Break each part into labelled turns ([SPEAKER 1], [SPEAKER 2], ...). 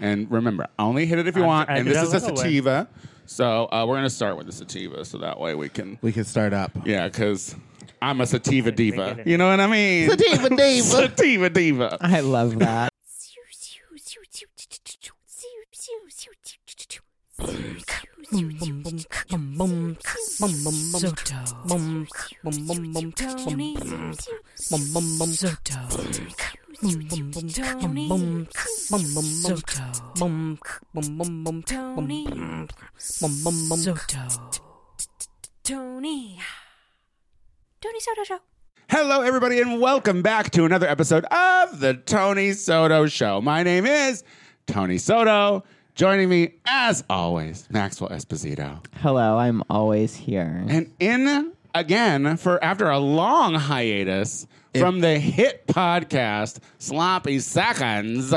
[SPEAKER 1] And remember, only hit it if you
[SPEAKER 2] I'm-
[SPEAKER 1] want.
[SPEAKER 2] I
[SPEAKER 1] and
[SPEAKER 2] did
[SPEAKER 1] this
[SPEAKER 2] a
[SPEAKER 1] is a
[SPEAKER 2] little bit.
[SPEAKER 1] sativa. So uh, we're going to start with the sativa so that way we can.
[SPEAKER 3] We can start up.
[SPEAKER 1] Yeah, because I'm a sativa diva.
[SPEAKER 2] get it.
[SPEAKER 1] You know what I mean?
[SPEAKER 3] Sativa diva.
[SPEAKER 1] sativa diva.
[SPEAKER 4] I love that.
[SPEAKER 5] Tony. Tony Soto Show.
[SPEAKER 1] Hello, everybody, and welcome back to another episode of the Tony Soto Show. My name is Tony Soto. Joining me, as always, Maxwell Esposito.
[SPEAKER 4] Hello, I'm always here.
[SPEAKER 1] And in again for after a long hiatus from the hit podcast Sloppy Seconds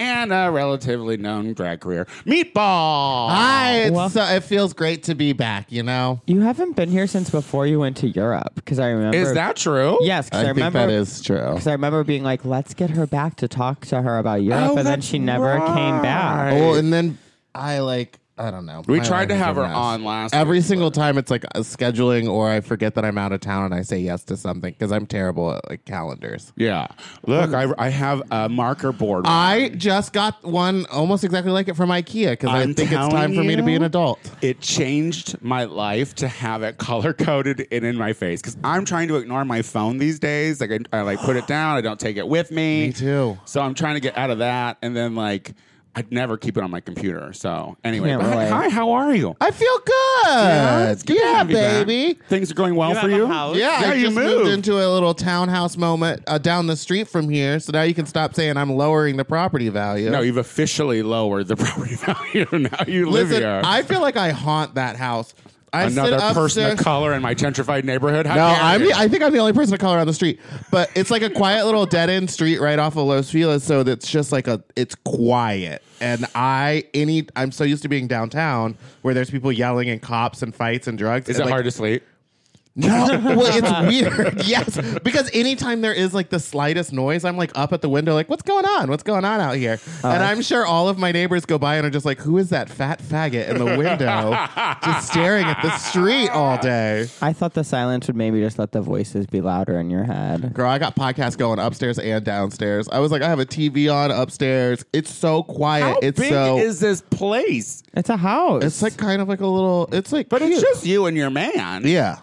[SPEAKER 1] and a relatively known drag career, Meatball.
[SPEAKER 3] Hi, it's,
[SPEAKER 4] Well-
[SPEAKER 3] uh, it feels great to be back, you know?
[SPEAKER 4] You haven't been here since before you went to Europe, because I remember.
[SPEAKER 1] Is that true?
[SPEAKER 4] Yes, because I,
[SPEAKER 3] I, think
[SPEAKER 4] remember.
[SPEAKER 3] that is true.
[SPEAKER 4] Because I remember being like, let's get her back to talk to her about Europe,
[SPEAKER 1] Oh,
[SPEAKER 4] and then
[SPEAKER 1] that's
[SPEAKER 4] she never came back.
[SPEAKER 1] right.
[SPEAKER 3] Well, and then I like I don't know.
[SPEAKER 1] We
[SPEAKER 3] My
[SPEAKER 1] tried
[SPEAKER 3] life
[SPEAKER 1] to
[SPEAKER 3] is a
[SPEAKER 1] have her
[SPEAKER 3] mess.
[SPEAKER 1] on last
[SPEAKER 3] Every
[SPEAKER 1] week,
[SPEAKER 3] single time, it's like a scheduling, or I forget that I'm out of town and I say yes to something because I'm terrible at like calendars.
[SPEAKER 1] Yeah. Look, I, I have a marker board.
[SPEAKER 3] I just got one almost exactly like it from IKEA because I
[SPEAKER 1] I'm
[SPEAKER 3] think it's time
[SPEAKER 1] telling
[SPEAKER 3] for me to be
[SPEAKER 1] you.
[SPEAKER 3] an adult.
[SPEAKER 1] it changed my life to have it color coded and in my face because I'm trying to ignore my phone these days. Like I, I like put it down. I don't take it with me.
[SPEAKER 3] Me too.
[SPEAKER 1] So I'm trying to get out of that, and then like I'd never keep it on my computer. So anyway,
[SPEAKER 4] Can't
[SPEAKER 1] but hi,
[SPEAKER 4] relate.
[SPEAKER 1] hi, how are you?
[SPEAKER 3] I feel good.
[SPEAKER 1] Yeah, it's good to
[SPEAKER 3] Yeah,
[SPEAKER 1] have you back.
[SPEAKER 3] Uh, baby.
[SPEAKER 1] Things are going well
[SPEAKER 4] You
[SPEAKER 1] for
[SPEAKER 4] have a
[SPEAKER 1] you.
[SPEAKER 4] house?
[SPEAKER 3] Yeah,
[SPEAKER 1] Yeah,
[SPEAKER 3] I
[SPEAKER 1] you
[SPEAKER 3] just moved.
[SPEAKER 1] moved.
[SPEAKER 3] into a little townhouse moment uh, down the street from here, so now you can stop saying I'm lowering the property value.
[SPEAKER 1] No, you've officially lowered the property value. Now you live
[SPEAKER 3] Listen,
[SPEAKER 1] here.
[SPEAKER 3] I feel like I haunt that house. I sit
[SPEAKER 1] Another person
[SPEAKER 3] upstairs-
[SPEAKER 1] of color in my gentrified neighborhood. How
[SPEAKER 3] No,
[SPEAKER 1] dare
[SPEAKER 3] I'm
[SPEAKER 1] you?
[SPEAKER 3] the, I think I'm the only person of color on the street. But it's like a quiet little dead end street right off of Los Feliz, so it's just like a it's quiet. And I any I'm so used to being downtown where there's people yelling and cops and fights and drugs.
[SPEAKER 1] Is it
[SPEAKER 3] and like,
[SPEAKER 1] hard to sleep?
[SPEAKER 3] No, well, it's weird. yes, because anytime there is like the slightest noise, I'm like up at the window, like what's going on? What's going on out here? and I'm sure all of my neighbors go by and are just like, who is that fat faggot in the window, just staring at the street all day?
[SPEAKER 4] I thought the silence would maybe just let the voices be louder in your head.
[SPEAKER 3] Girl, I got podcasts going upstairs and downstairs. I was like, I have a TV on upstairs. It's so quiet.
[SPEAKER 1] How
[SPEAKER 3] it's
[SPEAKER 1] big
[SPEAKER 3] so.
[SPEAKER 1] is this place?
[SPEAKER 4] It's a house.
[SPEAKER 3] it's like kind of like a little. It's like,
[SPEAKER 1] But it's
[SPEAKER 3] cute.
[SPEAKER 1] just you and your man.
[SPEAKER 3] yeah.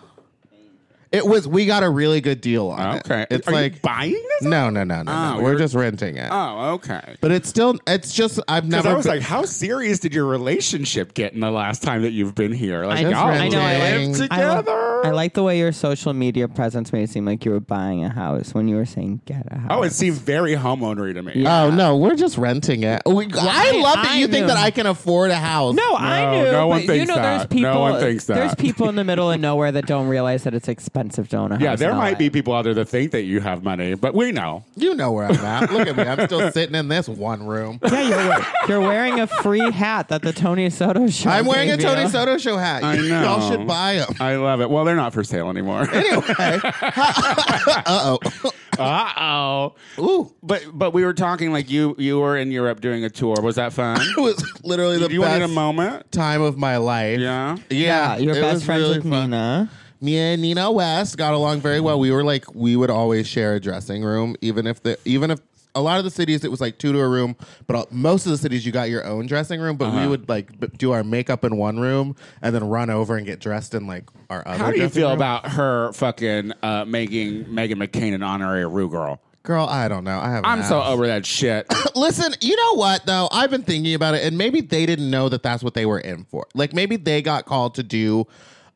[SPEAKER 3] It was. We got a really good deal on
[SPEAKER 1] Okay.
[SPEAKER 3] it. It's
[SPEAKER 1] Are you
[SPEAKER 3] like
[SPEAKER 1] buying this?
[SPEAKER 3] No, no, no, no.
[SPEAKER 1] Oh,
[SPEAKER 3] no. We're
[SPEAKER 1] you're-
[SPEAKER 3] just renting it.
[SPEAKER 1] Oh, okay.
[SPEAKER 3] but it's still. It's just. I've
[SPEAKER 1] Because
[SPEAKER 3] never.
[SPEAKER 1] I was
[SPEAKER 3] been-
[SPEAKER 1] like, how serious did your relationship get in the last time that you've been here? Like,
[SPEAKER 4] I-
[SPEAKER 1] y'all
[SPEAKER 3] I know, I
[SPEAKER 1] lived
[SPEAKER 3] like-
[SPEAKER 4] I, li-
[SPEAKER 1] together.
[SPEAKER 4] I like the way your social media presence made it seem like you were buying a house when you were saying get a house.
[SPEAKER 1] oh, it seemed very homeownery to me.
[SPEAKER 3] Oh no, we're just renting it. We, I love that
[SPEAKER 4] I
[SPEAKER 3] you think
[SPEAKER 4] knew.
[SPEAKER 3] that I can afford a house.
[SPEAKER 4] No, I
[SPEAKER 1] No,
[SPEAKER 4] knew.
[SPEAKER 1] no one
[SPEAKER 4] but you
[SPEAKER 1] thinks
[SPEAKER 4] know, there's
[SPEAKER 1] that. No
[SPEAKER 4] people.
[SPEAKER 1] one thinks that.
[SPEAKER 4] There's people in the middle of nowhere that don't realize that it's expensive to own a house.
[SPEAKER 1] Yeah, there
[SPEAKER 4] in
[SPEAKER 1] might
[SPEAKER 4] LA.
[SPEAKER 1] be people out there that think that you have money, but we know.
[SPEAKER 3] you know where I'm at. Look at me. I'm still sitting in this one room.
[SPEAKER 4] Yeah, you're, wear- you're wearing a free hat that the Tony Soto show.
[SPEAKER 3] I'm wearing a
[SPEAKER 4] gave you.
[SPEAKER 3] Tony Soto show hat.
[SPEAKER 1] I know.
[SPEAKER 3] Y'all should buy them.
[SPEAKER 1] I love it. Well, they're not for sale anymore.
[SPEAKER 3] Uh oh.
[SPEAKER 1] uh oh.
[SPEAKER 3] Ooh.
[SPEAKER 1] But but we were talking like you you were in Europe doing a tour. Was that fun?
[SPEAKER 3] It was literally the
[SPEAKER 1] Do you wanted
[SPEAKER 3] best
[SPEAKER 1] a moment?
[SPEAKER 3] time of my life.
[SPEAKER 1] Yeah.
[SPEAKER 3] Yeah.
[SPEAKER 4] Yeah, your
[SPEAKER 3] it
[SPEAKER 4] best
[SPEAKER 3] was
[SPEAKER 4] friends
[SPEAKER 3] really
[SPEAKER 4] with
[SPEAKER 3] fun.
[SPEAKER 4] Nina.
[SPEAKER 3] Me and Nina West got along very well. We were like we would always share a dressing room, even if the even if a lot of the cities it was like two to a room, but all, most of the cities you got your own dressing room. But
[SPEAKER 1] Uh-huh.
[SPEAKER 3] we would like b- do our makeup in one room and then run over and get dressed in like our other.
[SPEAKER 1] How do you
[SPEAKER 3] dressing
[SPEAKER 1] feel
[SPEAKER 3] room.
[SPEAKER 1] about her fucking uh, making Megan McCain an honorary Rue girl?
[SPEAKER 3] girl? I don't know. I have.
[SPEAKER 1] I'm so over that shit.
[SPEAKER 3] Listen, you know what though? I've been thinking about it, and maybe they didn't know that that's what they were in for. Like maybe they got called to do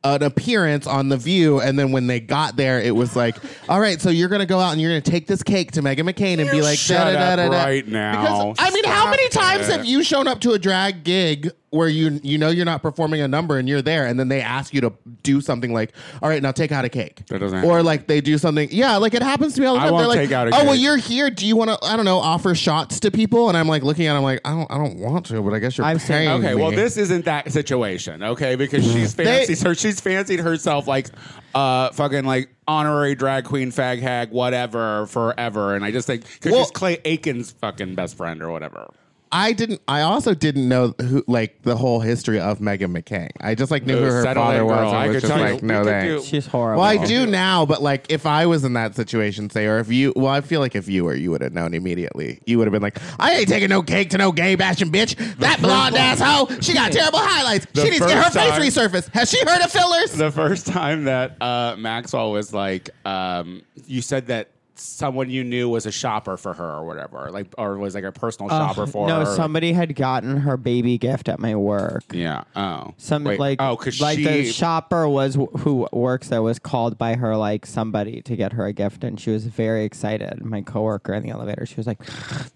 [SPEAKER 3] an appearance on The View, and then when they got there, it was like, all right, so you're gonna go out and you're gonna take this cake to Megan McCain and be like,
[SPEAKER 1] shut up
[SPEAKER 3] da-da-da-da-da."
[SPEAKER 1] right now.
[SPEAKER 3] Because I mean, how
[SPEAKER 1] Stop
[SPEAKER 3] many times
[SPEAKER 1] it.
[SPEAKER 3] have you shown up to a drag gig? Where you you know you're not performing a number and you're there and then they ask you to do something like all right now take out a cake
[SPEAKER 1] That doesn't
[SPEAKER 3] or
[SPEAKER 1] happen.
[SPEAKER 3] like they do something yeah like it happens to me all the
[SPEAKER 1] I
[SPEAKER 3] time
[SPEAKER 1] won't
[SPEAKER 3] they're like
[SPEAKER 1] take out a
[SPEAKER 3] oh well
[SPEAKER 1] cake."
[SPEAKER 3] you're you're here. Do you want to? I don't know. Offer shots to people, and I'm like looking at. Them, I'm like, I don't. I don't want to, but I guess you're
[SPEAKER 4] I've seen-
[SPEAKER 3] paying
[SPEAKER 1] Okay,
[SPEAKER 3] me.
[SPEAKER 1] well, this isn't that situation, okay? Because she's fancies her. She's fancied herself like uh, fucking like honorary drag queen, fag hag, whatever, forever. And I just think because
[SPEAKER 3] Well-
[SPEAKER 1] she's Clay Aiken's fucking best friend or whatever.
[SPEAKER 3] I didn't. I also didn't know who, like the whole history of Megan McCain. I just like knew
[SPEAKER 1] Uh,
[SPEAKER 3] who her
[SPEAKER 1] Saturday
[SPEAKER 3] father was.
[SPEAKER 1] Girl.
[SPEAKER 3] and
[SPEAKER 1] I
[SPEAKER 3] was
[SPEAKER 1] could
[SPEAKER 3] just
[SPEAKER 1] tell you,
[SPEAKER 3] like,
[SPEAKER 1] we
[SPEAKER 3] no
[SPEAKER 1] could
[SPEAKER 3] thanks.
[SPEAKER 1] do-
[SPEAKER 4] She's horrible.
[SPEAKER 3] Well, I do now, but like if I was in that situation, say, or if you, well, I feel like if you were, you would have known immediately. You would have been like, I ain't taking no cake to no gay bashing bitch. That blonde asshole, she got terrible highlights.
[SPEAKER 1] The
[SPEAKER 3] She needs to get her
[SPEAKER 1] first time-
[SPEAKER 3] face resurfaced. Has she heard of fillers?
[SPEAKER 1] the first time that uh, Maxwell was like, um, you said that someone you knew was a shopper for her or whatever, like, or was like a personal
[SPEAKER 4] Ugh,
[SPEAKER 1] shopper for
[SPEAKER 4] Uh, no,
[SPEAKER 1] her.
[SPEAKER 4] somebody had gotten her baby gift at my work.
[SPEAKER 1] Yeah. Oh.
[SPEAKER 4] Some
[SPEAKER 1] Wait,
[SPEAKER 4] like
[SPEAKER 1] oh, because
[SPEAKER 4] like
[SPEAKER 1] she
[SPEAKER 4] the shopper was who works there was called by her like somebody to get her a gift, and she was very excited. My coworker in the elevator, she was like,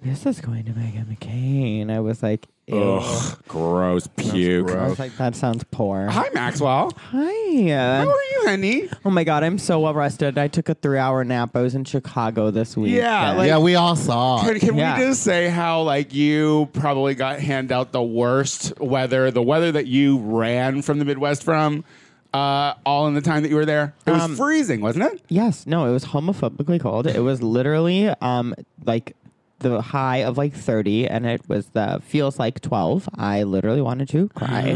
[SPEAKER 4] "This is going to Megan McCain." I was like, Ew.
[SPEAKER 1] Ugh, gross puke.
[SPEAKER 4] I was like, "That sounds poor."
[SPEAKER 1] Hi, Maxwell.
[SPEAKER 4] Hi.
[SPEAKER 1] How
[SPEAKER 4] uh,
[SPEAKER 1] are you, honey?
[SPEAKER 4] Oh my god, I'm so well rested. I took a three-hour nap. I was in Chicago this week.
[SPEAKER 1] Yeah, like-
[SPEAKER 3] yeah, we all saw.
[SPEAKER 1] Can, can
[SPEAKER 4] Yeah.
[SPEAKER 1] we just say how like you probably got hand out the worst weather, the weather that you ran from the Midwest from, uh, all in the time that you were there? It was
[SPEAKER 4] Um,
[SPEAKER 1] freezing, wasn't it?
[SPEAKER 4] Yes, no, it was homophobically cold. It was literally um like the high of like 30 and it was the feels like 12. I literally wanted to cry.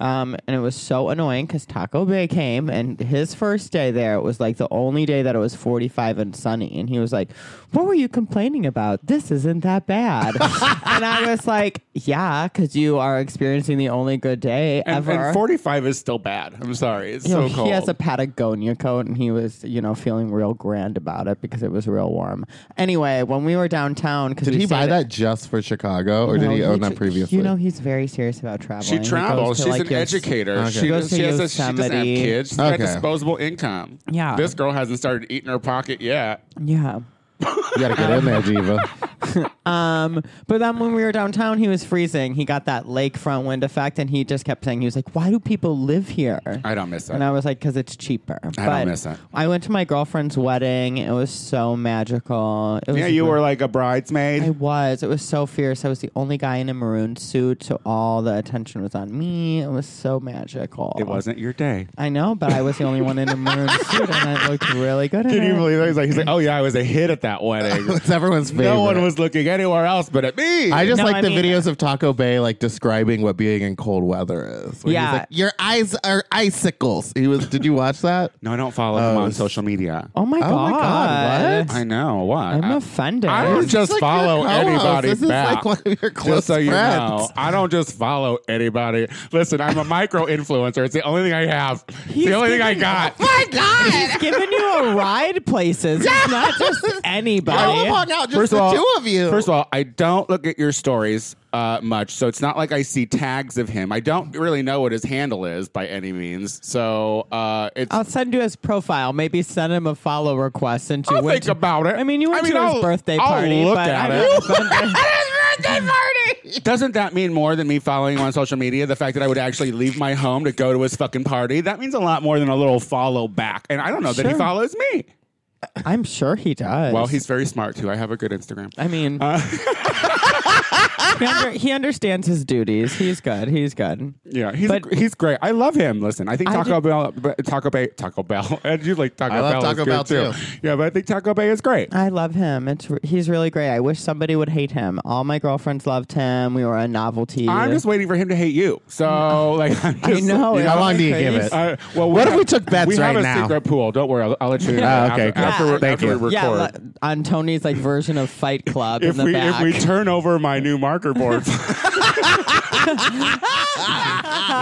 [SPEAKER 4] um and it was so annoying cuz Taco Bay came and his first day there was like the only day that it was 45 and sunny and he was like, "What were you complaining about? This isn't that bad." and I was like, "Yeah, cuz you are experiencing the only good day
[SPEAKER 1] And,
[SPEAKER 4] ever."
[SPEAKER 1] and 45 is still bad. I'm sorry. It's
[SPEAKER 4] You know,
[SPEAKER 1] so cold.
[SPEAKER 4] He has a Patagonia coat, and he was, you know, feeling real grand about it because it was real warm. Anyway, when we were downtown, because
[SPEAKER 3] Did he buy that just for Chicago, or did he own that previously?
[SPEAKER 4] You know, he's very serious about traveling.
[SPEAKER 1] she
[SPEAKER 4] He goes
[SPEAKER 1] travels.
[SPEAKER 4] to,
[SPEAKER 1] She's
[SPEAKER 4] like,
[SPEAKER 1] an
[SPEAKER 4] Yos-
[SPEAKER 1] educator.
[SPEAKER 3] Okay.
[SPEAKER 1] She,
[SPEAKER 4] Goes
[SPEAKER 1] does,
[SPEAKER 4] to
[SPEAKER 1] she, has a, she doesn't have
[SPEAKER 4] Yosemite.
[SPEAKER 1] kids. She's
[SPEAKER 3] Okay.
[SPEAKER 1] got disposable income.
[SPEAKER 4] Yeah.
[SPEAKER 1] This girl hasn't started eating her pocket yet.
[SPEAKER 4] Yeah.
[SPEAKER 3] you gotta get in there, Diva.
[SPEAKER 4] Um, but then when we were downtown, he was freezing. He got that lakefront wind effect, and he just kept saying, he was like, "Why do people live here?"
[SPEAKER 1] I don't miss that.
[SPEAKER 4] And I was like, because it's cheaper. I
[SPEAKER 1] don't miss it.
[SPEAKER 4] I went to my girlfriend's wedding. It was so magical. It was
[SPEAKER 1] yeah, you
[SPEAKER 4] really-
[SPEAKER 1] were like a bridesmaid.
[SPEAKER 4] I was. It was so fierce. I was the only guy in a maroon suit, so all the attention was on me. It was so magical.
[SPEAKER 1] it wasn't your day.
[SPEAKER 4] I know, but I was the only one in a maroon suit, and I looked really good. in
[SPEAKER 1] Can you
[SPEAKER 4] it.
[SPEAKER 1] believe that? He's like, he's like, oh yeah, I was a hit at that wedding.
[SPEAKER 3] It's everyone's favorite.
[SPEAKER 1] no one was looking anywhere else but at me.
[SPEAKER 3] I just
[SPEAKER 4] No,
[SPEAKER 3] like
[SPEAKER 4] I
[SPEAKER 3] the
[SPEAKER 4] mean-
[SPEAKER 3] videos of Taco Bay like describing what being in cold weather is. where he's
[SPEAKER 4] Yeah.
[SPEAKER 3] like, your eyes are icicles. He was. Did you watch that?
[SPEAKER 1] no, I don't follow him on social media.
[SPEAKER 4] Oh my
[SPEAKER 3] Oh
[SPEAKER 4] god!
[SPEAKER 3] my God,
[SPEAKER 1] I know why.
[SPEAKER 4] I'm
[SPEAKER 1] I-
[SPEAKER 4] offended.
[SPEAKER 1] I don't
[SPEAKER 3] This is
[SPEAKER 1] just
[SPEAKER 3] like
[SPEAKER 1] follow
[SPEAKER 3] your co-host.
[SPEAKER 1] anybody
[SPEAKER 3] This is
[SPEAKER 1] back.
[SPEAKER 3] like one of your close
[SPEAKER 1] just so you
[SPEAKER 3] friends.
[SPEAKER 1] know, I don't just follow anybody. Listen, I'm a micro influencer. It's the only thing I have. It's the only thing I got.
[SPEAKER 3] My God!
[SPEAKER 4] Giving you a ride places. It's not just anybody.
[SPEAKER 3] I will hung out just
[SPEAKER 1] First
[SPEAKER 3] the
[SPEAKER 1] of all,
[SPEAKER 3] two of you.
[SPEAKER 1] First of all, I don't look at your stories uh, much, so it's not like I see tags of him. I don't really know what his handle is by any means. So uh, it's
[SPEAKER 4] I'll send you his profile. Maybe send him a follow request since you
[SPEAKER 1] I'll
[SPEAKER 4] went
[SPEAKER 1] think
[SPEAKER 4] to-
[SPEAKER 1] about it.
[SPEAKER 4] I mean, you
[SPEAKER 1] I
[SPEAKER 4] went
[SPEAKER 1] mean,
[SPEAKER 4] to his
[SPEAKER 1] I'll-
[SPEAKER 4] birthday
[SPEAKER 1] I'll
[SPEAKER 4] party,
[SPEAKER 1] look
[SPEAKER 4] but
[SPEAKER 1] at
[SPEAKER 4] I'm
[SPEAKER 1] it.
[SPEAKER 4] not offended.
[SPEAKER 1] Doesn't that mean more than me following him on social media? The fact that I would actually leave my home to go to his fucking party, that means a lot more than a little follow back. And I don't know that he
[SPEAKER 4] Sure.
[SPEAKER 1] follows me.
[SPEAKER 4] I'm sure he does.
[SPEAKER 1] Well, he's very smart too. I have a good Instagram.
[SPEAKER 4] I mean,
[SPEAKER 1] Uh,
[SPEAKER 4] he, under- he understands his duties. He's good. He's good.
[SPEAKER 1] Yeah, he's
[SPEAKER 4] But-
[SPEAKER 1] he's great. I love him. Listen, I think
[SPEAKER 4] I
[SPEAKER 1] Taco Bell, Taco Bay, Taco Bell, and you like Taco
[SPEAKER 3] I love
[SPEAKER 1] Bell. is
[SPEAKER 3] Taco
[SPEAKER 1] good
[SPEAKER 3] Bell, too.
[SPEAKER 1] Yeah, but I think Taco Bay is great.
[SPEAKER 4] I love him. It's re- he's really great. I wish somebody would hate him. All my girlfriends loved him. We were a novelty.
[SPEAKER 1] I'm just waiting for him to hate you. So like, I'm just,
[SPEAKER 4] know,
[SPEAKER 1] you
[SPEAKER 4] it's
[SPEAKER 3] how long do you
[SPEAKER 4] crazy.
[SPEAKER 3] give it?
[SPEAKER 1] Uh, well,
[SPEAKER 3] What if
[SPEAKER 1] have-
[SPEAKER 3] we took bets
[SPEAKER 1] we have
[SPEAKER 3] right
[SPEAKER 1] a
[SPEAKER 3] now?
[SPEAKER 1] secret pool. Don't worry, I'll, I'll let you know.
[SPEAKER 3] Oh,
[SPEAKER 1] After,
[SPEAKER 3] okay, good.
[SPEAKER 1] after, we-
[SPEAKER 3] Thank
[SPEAKER 1] after
[SPEAKER 3] you.
[SPEAKER 1] we record.
[SPEAKER 4] yeah, like, on Tony's like version of Fight Club
[SPEAKER 1] if
[SPEAKER 4] in the
[SPEAKER 1] we
[SPEAKER 4] back.
[SPEAKER 1] if we turn over my new marker board,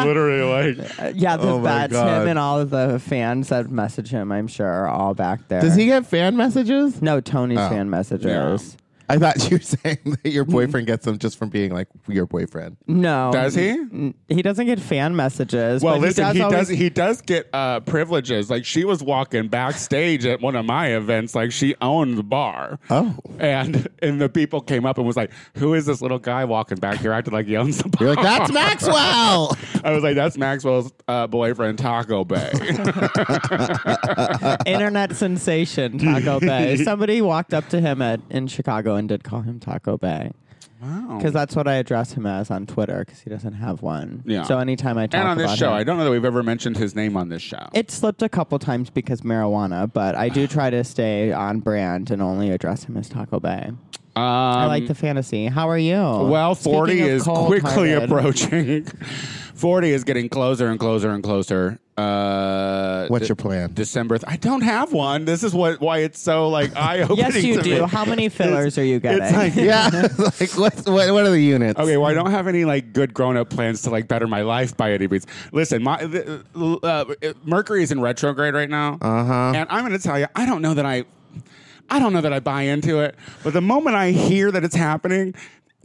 [SPEAKER 1] literally like
[SPEAKER 4] Uh, yeah, the
[SPEAKER 3] Oh my
[SPEAKER 4] that's
[SPEAKER 3] God.
[SPEAKER 4] him and all of the fans that message him. I'm sure are all back there.
[SPEAKER 3] Does he get fan messages?
[SPEAKER 4] No, Tony's
[SPEAKER 1] Oh.
[SPEAKER 4] fan messages.
[SPEAKER 3] I thought you were saying that
[SPEAKER 1] Hmm.
[SPEAKER 3] your boyfriend gets them just from being like your boyfriend.
[SPEAKER 4] No,
[SPEAKER 1] does he?
[SPEAKER 4] N- He doesn't get fan messages.
[SPEAKER 1] Well,
[SPEAKER 4] but
[SPEAKER 1] listen,
[SPEAKER 4] he does.
[SPEAKER 1] he does
[SPEAKER 4] always-
[SPEAKER 1] he does get uh, privileges. Like she was walking backstage at one of my events, like she owned the bar.
[SPEAKER 3] Oh.
[SPEAKER 1] and and the people came up and was like, "Who is this little guy walking back here acting like he owns the bar?"
[SPEAKER 3] You're like, that's Maxwell.
[SPEAKER 1] I was like, "That's Maxwell's uh, boyfriend, Taco Bay." Uh,
[SPEAKER 4] internet sensation Taco Bay. Somebody walked up to him at in Chicago and did call him Taco Bay
[SPEAKER 1] wow.
[SPEAKER 4] because that's what I address him as on Twitter because he doesn't have one.
[SPEAKER 1] Yeah.
[SPEAKER 4] So anytime I talk
[SPEAKER 1] And on this
[SPEAKER 4] about
[SPEAKER 1] show,
[SPEAKER 4] him-
[SPEAKER 1] I don't know that we've ever mentioned his name on this show.
[SPEAKER 4] It slipped a couple times because marijuana, but I do try to stay on brand and only address him as Taco Bay. I like the fantasy. How are you?
[SPEAKER 1] Um, Well, 40
[SPEAKER 4] Speaking of
[SPEAKER 1] is quickly
[SPEAKER 4] cold-hearted,
[SPEAKER 1] approaching. 40 is getting closer and closer and closer. Uh,
[SPEAKER 3] What's
[SPEAKER 1] de-
[SPEAKER 3] your plan?
[SPEAKER 1] December. Th- I don't have one. This is what why it's so like eye opening.
[SPEAKER 4] Yes, you
[SPEAKER 1] to
[SPEAKER 4] do.
[SPEAKER 1] Me.
[SPEAKER 4] How many fillers are you getting?
[SPEAKER 1] It's like
[SPEAKER 3] yeah, like what's, what? What are the units?
[SPEAKER 1] Okay, well, I don't have any like good grown up plans to like better my life by any means. Listen, my th- uh, uh, Mercury is in retrograde right now, uh-huh. and I'm going to tell you, I don't know that I, I don't know that I buy into it. But the moment I hear that it's happening,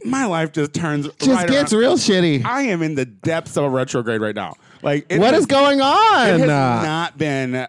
[SPEAKER 1] my life just turns
[SPEAKER 3] just
[SPEAKER 1] right
[SPEAKER 3] gets
[SPEAKER 1] around.
[SPEAKER 3] real shitty.
[SPEAKER 1] I am in the depths of a retrograde right now. Like, it
[SPEAKER 3] what
[SPEAKER 1] has-
[SPEAKER 3] is going on?
[SPEAKER 1] It has
[SPEAKER 3] Uh,
[SPEAKER 1] not been uh,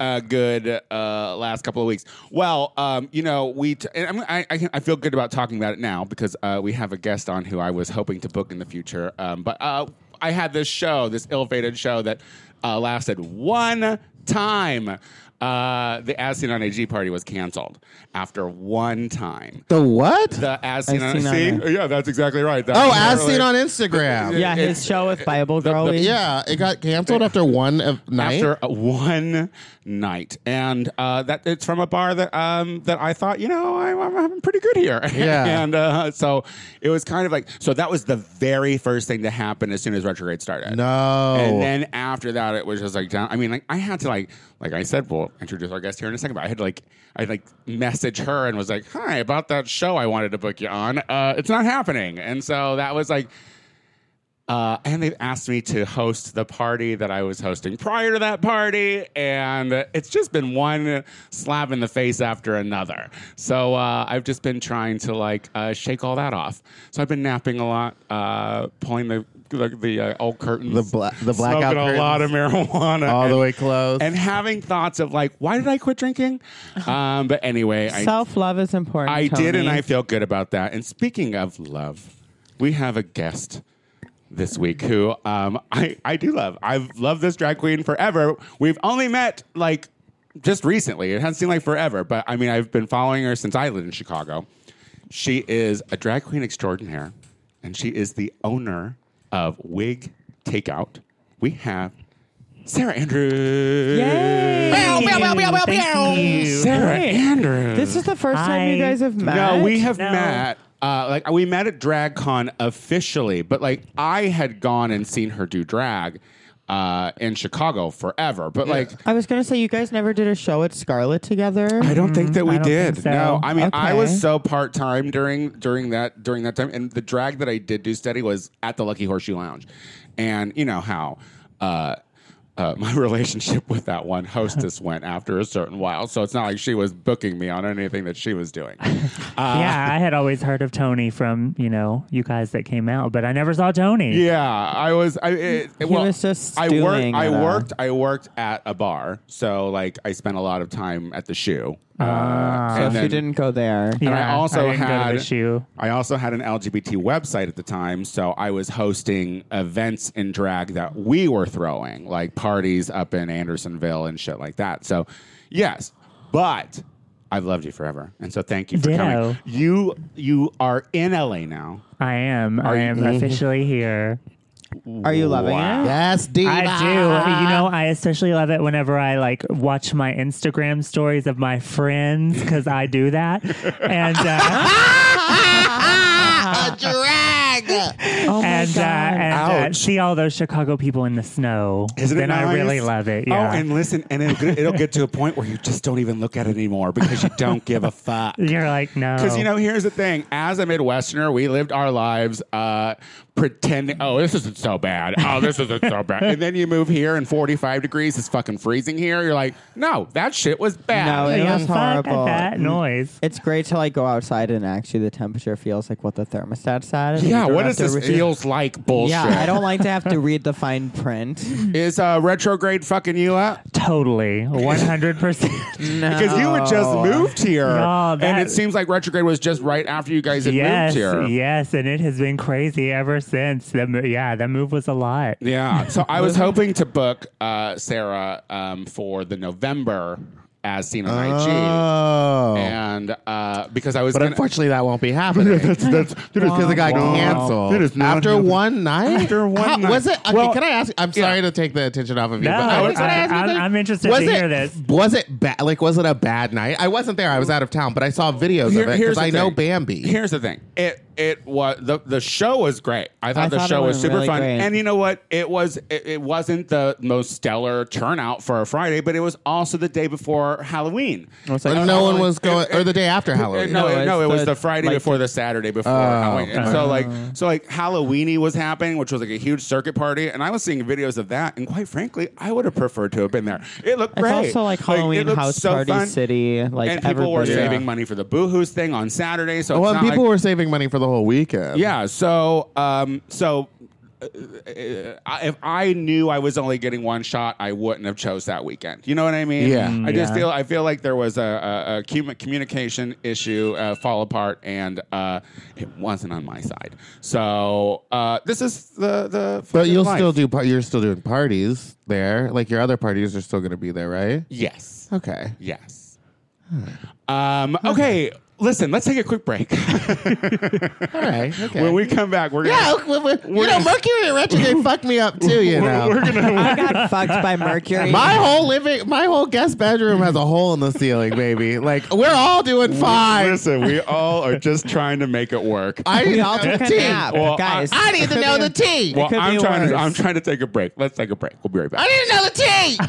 [SPEAKER 1] a good uh, last couple of weeks. Well, um, you know, we t- and I'm, I, I I feel good about talking about it now because uh, we have a guest on who I was hoping to book in the future. Um, but uh, I had this show, this ill-fated show that uh, lasted one time. Uh, the As Seen on AG party was canceled after one time.
[SPEAKER 3] the what?
[SPEAKER 1] The As Seen
[SPEAKER 4] As
[SPEAKER 1] on,
[SPEAKER 4] Seen on
[SPEAKER 1] see?
[SPEAKER 4] it.
[SPEAKER 1] yeah, that's exactly right. That's
[SPEAKER 3] oh, as
[SPEAKER 1] literally-
[SPEAKER 3] seen on Instagram.
[SPEAKER 4] yeah, his show with Bible Girl. we-
[SPEAKER 3] yeah, it got canceled after one of night.
[SPEAKER 1] after uh, one night, and uh, that it's from a bar that um, that I thought, you know, I, I'm having pretty good here.
[SPEAKER 3] Yeah.
[SPEAKER 1] and uh, so it was kind of like so that was the very first thing to happen as soon as retrograde started.
[SPEAKER 3] no.
[SPEAKER 1] And then after that, it was just like down. I mean, like I had to like, like I said, we'll introduce our guest here in a second. But I had to like, I like message her and was like, "Hi, about that show I wanted to book you on. Uh, it's not happening." And so that was like, uh, and they asked me to host the party that I was hosting prior to that party, and it's just been one slap in the face after another. So uh, I've just been trying to like uh, shake all that off. So I've been napping a lot, uh, pulling the the, the uh, old curtains,
[SPEAKER 3] The bla- the blackout
[SPEAKER 1] smoking a lot of
[SPEAKER 3] curtains.
[SPEAKER 1] marijuana,
[SPEAKER 3] all
[SPEAKER 1] and,
[SPEAKER 3] the way close.
[SPEAKER 1] and having thoughts of like, why did I quit drinking? Um, but anyway, I
[SPEAKER 4] Self love is important.
[SPEAKER 1] I did, and
[SPEAKER 4] Tony.
[SPEAKER 1] I feel good about that. And speaking of love, we have a guest this week who um, I, I do love. I've loved this drag queen forever. We've only met like just recently. It hasn't seemed like forever, but I mean, I've been following her since I lived in Chicago. She is a drag queen extraordinaire, and she is the owner of Wig Takeout. We have Sarah Andrews.
[SPEAKER 4] Yay!
[SPEAKER 1] Bow, bow, bow, bow, bow,
[SPEAKER 2] Thank
[SPEAKER 1] bow.
[SPEAKER 2] you.
[SPEAKER 1] Sarah
[SPEAKER 4] Wait.
[SPEAKER 1] Andrews.
[SPEAKER 4] This is the first time you
[SPEAKER 2] Hi.
[SPEAKER 4] guys have met.
[SPEAKER 1] No, we have
[SPEAKER 2] No.
[SPEAKER 1] met. Uh, like we met at DragCon officially, but like I had gone and seen her do drag uh, in Chicago forever. But like
[SPEAKER 4] I was gonna say you guys never did a show at Scarlet together.
[SPEAKER 1] I don't think that we
[SPEAKER 2] Mm-hmm. don't
[SPEAKER 1] did.
[SPEAKER 2] think so.
[SPEAKER 1] No, I mean I
[SPEAKER 4] Okay.
[SPEAKER 1] was so part time during during that during that time, and the drag that I did do steady was at the Lucky Horseshoe Lounge, and you know how. Uh, uh, my relationship with that one hostess went after a certain while, so it's not like she was booking me on anything that she was doing. Uh,
[SPEAKER 2] yeah, I had always heard of Tony from you know you guys that came out, but I never saw Tony.
[SPEAKER 1] Yeah, I was. I it, well,
[SPEAKER 4] was just
[SPEAKER 1] I worked.
[SPEAKER 4] stewing
[SPEAKER 1] I
[SPEAKER 4] at a-
[SPEAKER 1] worked. I worked at a bar, so like I spent a lot of time at the shoe. Uh,
[SPEAKER 4] So
[SPEAKER 1] and
[SPEAKER 4] if you
[SPEAKER 1] then-
[SPEAKER 4] didn't go there,
[SPEAKER 1] and I
[SPEAKER 2] Yeah,
[SPEAKER 1] also
[SPEAKER 2] I didn't go to
[SPEAKER 1] had
[SPEAKER 2] the shoe.
[SPEAKER 1] I also had an LGBT website at the time, so I was hosting events in drag that we were throwing, like parties up in Andersonville and shit like that. So, yes, but I've loved you forever, and so thank you for
[SPEAKER 2] Ditto.
[SPEAKER 1] coming. You you are in LA now.
[SPEAKER 2] I am. I am officially here.
[SPEAKER 4] are you loving
[SPEAKER 1] Wow.
[SPEAKER 4] it?
[SPEAKER 3] yes, diva.
[SPEAKER 2] I do. You know, I especially love it whenever I like watch my Instagram stories of my friends because I do that. And uh,
[SPEAKER 4] Ah!
[SPEAKER 3] a drag.
[SPEAKER 4] Oh my
[SPEAKER 2] and, uh,
[SPEAKER 4] god!
[SPEAKER 2] and uh,
[SPEAKER 1] Ouch.
[SPEAKER 2] see all those Chicago people in the snow.
[SPEAKER 1] Isn't
[SPEAKER 2] then
[SPEAKER 1] it nice?
[SPEAKER 2] I really love it. Yeah.
[SPEAKER 1] Oh, and listen, and it'll, get- it'll get to a point where you just don't even look at it anymore because you don't give a fuck.
[SPEAKER 2] You're like no.
[SPEAKER 1] Because you know, here's the thing: as a Midwesterner, we lived our lives uh, pretending, "Oh, this isn't so bad. Oh, this isn't so bad." And then you move here, and 45 degrees is fucking freezing here. You're like, "No, that shit was
[SPEAKER 4] No,
[SPEAKER 1] bad."
[SPEAKER 4] it
[SPEAKER 2] Yeah,
[SPEAKER 4] was
[SPEAKER 2] fuck
[SPEAKER 4] horrible.
[SPEAKER 2] that noise.
[SPEAKER 4] It's great to like go outside and actually the temperature feels like what the thermostat said.
[SPEAKER 1] yeah,
[SPEAKER 4] You don't
[SPEAKER 1] what
[SPEAKER 4] have
[SPEAKER 1] is
[SPEAKER 4] to
[SPEAKER 1] this
[SPEAKER 4] re-
[SPEAKER 1] feels like bullshit?
[SPEAKER 4] Yeah, I don't like to have to read the fine print.
[SPEAKER 1] Is uh, retrograde fucking you up?
[SPEAKER 2] Totally, one hundred percent.
[SPEAKER 1] Because you had just
[SPEAKER 4] No.
[SPEAKER 1] moved here,
[SPEAKER 2] No,
[SPEAKER 1] and
[SPEAKER 2] that-
[SPEAKER 1] it seems like retrograde was just right after you guys had
[SPEAKER 2] yes,
[SPEAKER 1] moved here.
[SPEAKER 2] Yes, and it has been crazy ever since. The, mo- yeah, that move was a lot.
[SPEAKER 1] Yeah. So I was hoping to book uh, Sarah um, for the November as seen on IG.
[SPEAKER 3] Oh.
[SPEAKER 1] And uh, because I was
[SPEAKER 3] but
[SPEAKER 1] gonna-
[SPEAKER 3] unfortunately, that won't be happening. because it got
[SPEAKER 1] Wow.
[SPEAKER 3] canceled
[SPEAKER 1] It is not
[SPEAKER 3] after
[SPEAKER 1] happening.
[SPEAKER 3] one night.
[SPEAKER 1] After one
[SPEAKER 3] How-
[SPEAKER 1] night.
[SPEAKER 3] was it? Okay,
[SPEAKER 1] Well,
[SPEAKER 3] can I ask? I'm sorry to take the attention off of you.
[SPEAKER 2] No,
[SPEAKER 3] but I,
[SPEAKER 2] I-
[SPEAKER 3] was gonna ask you
[SPEAKER 2] I'm-
[SPEAKER 3] this.
[SPEAKER 2] I'm interested
[SPEAKER 3] Was
[SPEAKER 2] to
[SPEAKER 3] it-
[SPEAKER 2] hear this.
[SPEAKER 3] Was it bad? Like, was it a bad night? I wasn't there. I was out of town, but I saw videos
[SPEAKER 1] Here-
[SPEAKER 3] of it
[SPEAKER 1] here's
[SPEAKER 3] because
[SPEAKER 1] the
[SPEAKER 3] I know
[SPEAKER 1] thing.
[SPEAKER 3] Bambi.
[SPEAKER 1] Here's the thing. It it was the the show was great. I thought
[SPEAKER 4] I
[SPEAKER 1] the
[SPEAKER 4] thought it
[SPEAKER 1] show was
[SPEAKER 4] went
[SPEAKER 1] super
[SPEAKER 4] really
[SPEAKER 1] fun.
[SPEAKER 4] great.
[SPEAKER 1] And you know what? It was it, it wasn't the most stellar turnout for a Friday, but it was also the day before Halloween.
[SPEAKER 3] But
[SPEAKER 1] Uh,
[SPEAKER 3] no one
[SPEAKER 1] Halloween-
[SPEAKER 3] was oh, going,
[SPEAKER 1] it-
[SPEAKER 3] or the day after
[SPEAKER 1] Uh,
[SPEAKER 3] Halloween.
[SPEAKER 1] no,
[SPEAKER 3] Oh,
[SPEAKER 4] No,
[SPEAKER 1] it, no, it
[SPEAKER 4] it's
[SPEAKER 1] was
[SPEAKER 4] the-
[SPEAKER 1] the Friday
[SPEAKER 4] like- Uh-huh.
[SPEAKER 1] before the Saturday before Halloween. And so like so like Halloweeny was happening, which was like a huge circuit party, and I was seeing videos of that. And quite frankly, I would have preferred to have been there. It looked
[SPEAKER 4] It's
[SPEAKER 1] great.
[SPEAKER 4] also like Halloween
[SPEAKER 1] it looked
[SPEAKER 4] house
[SPEAKER 1] so
[SPEAKER 4] party
[SPEAKER 1] fun.
[SPEAKER 4] city. Like
[SPEAKER 1] and people were
[SPEAKER 4] everybody-
[SPEAKER 1] saving money for the Boohoo's thing on Saturday. So
[SPEAKER 3] well,
[SPEAKER 1] it's
[SPEAKER 3] and
[SPEAKER 1] not
[SPEAKER 3] people
[SPEAKER 1] like-
[SPEAKER 3] were saving money for the whole weekend.
[SPEAKER 1] Yeah. So, um, so uh, I- if I knew I was only getting one shot, I wouldn't have chose that weekend. You know what I mean?
[SPEAKER 3] Yeah. Mm,
[SPEAKER 1] I just
[SPEAKER 2] yeah.
[SPEAKER 1] feel I feel like there was a, a, a commu- communication issue uh, fall apart, and uh, it wasn't on my side. So uh, this is the the.
[SPEAKER 3] But
[SPEAKER 1] fucking
[SPEAKER 3] you'll
[SPEAKER 1] life.
[SPEAKER 3] still do. par- You're still doing parties there. Like your other parties are still going to be there, right?
[SPEAKER 1] Yes.
[SPEAKER 3] Okay.
[SPEAKER 1] Yes.
[SPEAKER 3] Hmm.
[SPEAKER 1] Um, okay. Listen. Let's take a quick break.
[SPEAKER 3] All right. Okay.
[SPEAKER 1] when we come back, we're gonna.
[SPEAKER 3] yeah, we- we- you know, Mercury and retrograde fucked me up too. You know,
[SPEAKER 4] I got fucked by Mercury.
[SPEAKER 3] my whole living, my whole guest bedroom has a hole in the ceiling, baby. Like we're all doing fine.
[SPEAKER 1] Listen, we all are just trying to make it work.
[SPEAKER 3] I
[SPEAKER 4] we all took
[SPEAKER 3] the
[SPEAKER 4] a
[SPEAKER 3] tea.
[SPEAKER 4] nap,
[SPEAKER 1] Well,
[SPEAKER 4] guys.
[SPEAKER 3] I need to know the tea.
[SPEAKER 1] Well,
[SPEAKER 4] could
[SPEAKER 1] I'm
[SPEAKER 4] be
[SPEAKER 1] trying to
[SPEAKER 4] worse.
[SPEAKER 1] I'm trying to take a break. Let's take a break. We'll be right back.
[SPEAKER 3] I need to know the tea.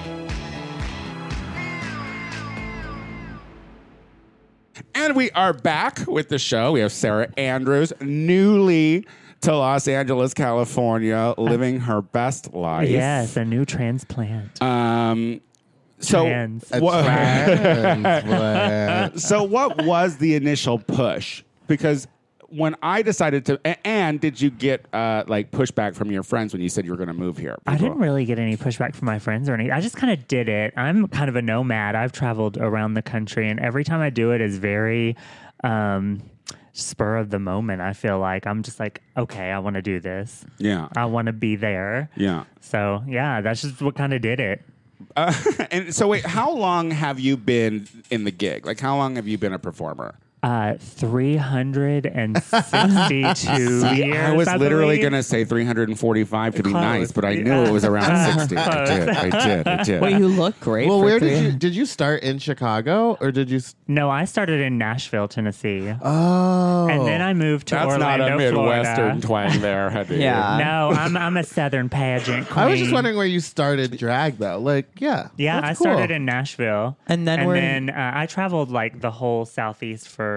[SPEAKER 1] And we are back with the show. We have Sarah Andrews, newly to Los Angeles, California, living her best life.
[SPEAKER 2] Yes, a new transplant.
[SPEAKER 1] Um, so,
[SPEAKER 2] Trans. A
[SPEAKER 1] Wha-
[SPEAKER 3] Trans-
[SPEAKER 1] so what was the initial push? Because when I decided to, a- and did you get uh, like pushback from your friends when you said you were going to move here?
[SPEAKER 2] I didn't really get any pushback from my friends or anything. I just kind of did it. I'm kind of a nomad. I've traveled around the country, and every time I do it is very um, spur of the moment. I feel like I'm just like, okay, I want to do this.
[SPEAKER 1] Yeah.
[SPEAKER 2] I want to be there.
[SPEAKER 1] Yeah.
[SPEAKER 2] So yeah, that's just what kind of did it.
[SPEAKER 1] Uh, and so, wait, how long have you been in the gig? Like, how long have you been a performer?
[SPEAKER 2] Uh, 362 years.
[SPEAKER 1] I was literally
[SPEAKER 2] believe.
[SPEAKER 1] going to say 345 to be
[SPEAKER 2] Close.
[SPEAKER 1] nice, but I
[SPEAKER 2] Yeah.
[SPEAKER 1] knew it was around 60. I did. I did. I did.
[SPEAKER 4] Wait, you look great.
[SPEAKER 3] well,
[SPEAKER 4] for
[SPEAKER 3] where did
[SPEAKER 4] three-
[SPEAKER 3] you did you start in Chicago or did you? s-
[SPEAKER 2] No, I started in Nashville, Tennessee,
[SPEAKER 3] Oh,
[SPEAKER 2] and then I moved to
[SPEAKER 1] That's
[SPEAKER 2] Orlando,
[SPEAKER 1] not a Midwestern
[SPEAKER 2] Florida.
[SPEAKER 1] twang there, honey.
[SPEAKER 4] Yeah.
[SPEAKER 2] No, I'm I'm a Southern pageant queen.
[SPEAKER 3] I was just wondering where you started drag though. Like, yeah,
[SPEAKER 2] Yeah,
[SPEAKER 3] that's
[SPEAKER 2] I
[SPEAKER 3] cool.
[SPEAKER 2] started in Nashville,
[SPEAKER 4] And then
[SPEAKER 2] and
[SPEAKER 4] we're
[SPEAKER 2] then
[SPEAKER 4] in-
[SPEAKER 2] uh, I traveled like the whole southeast for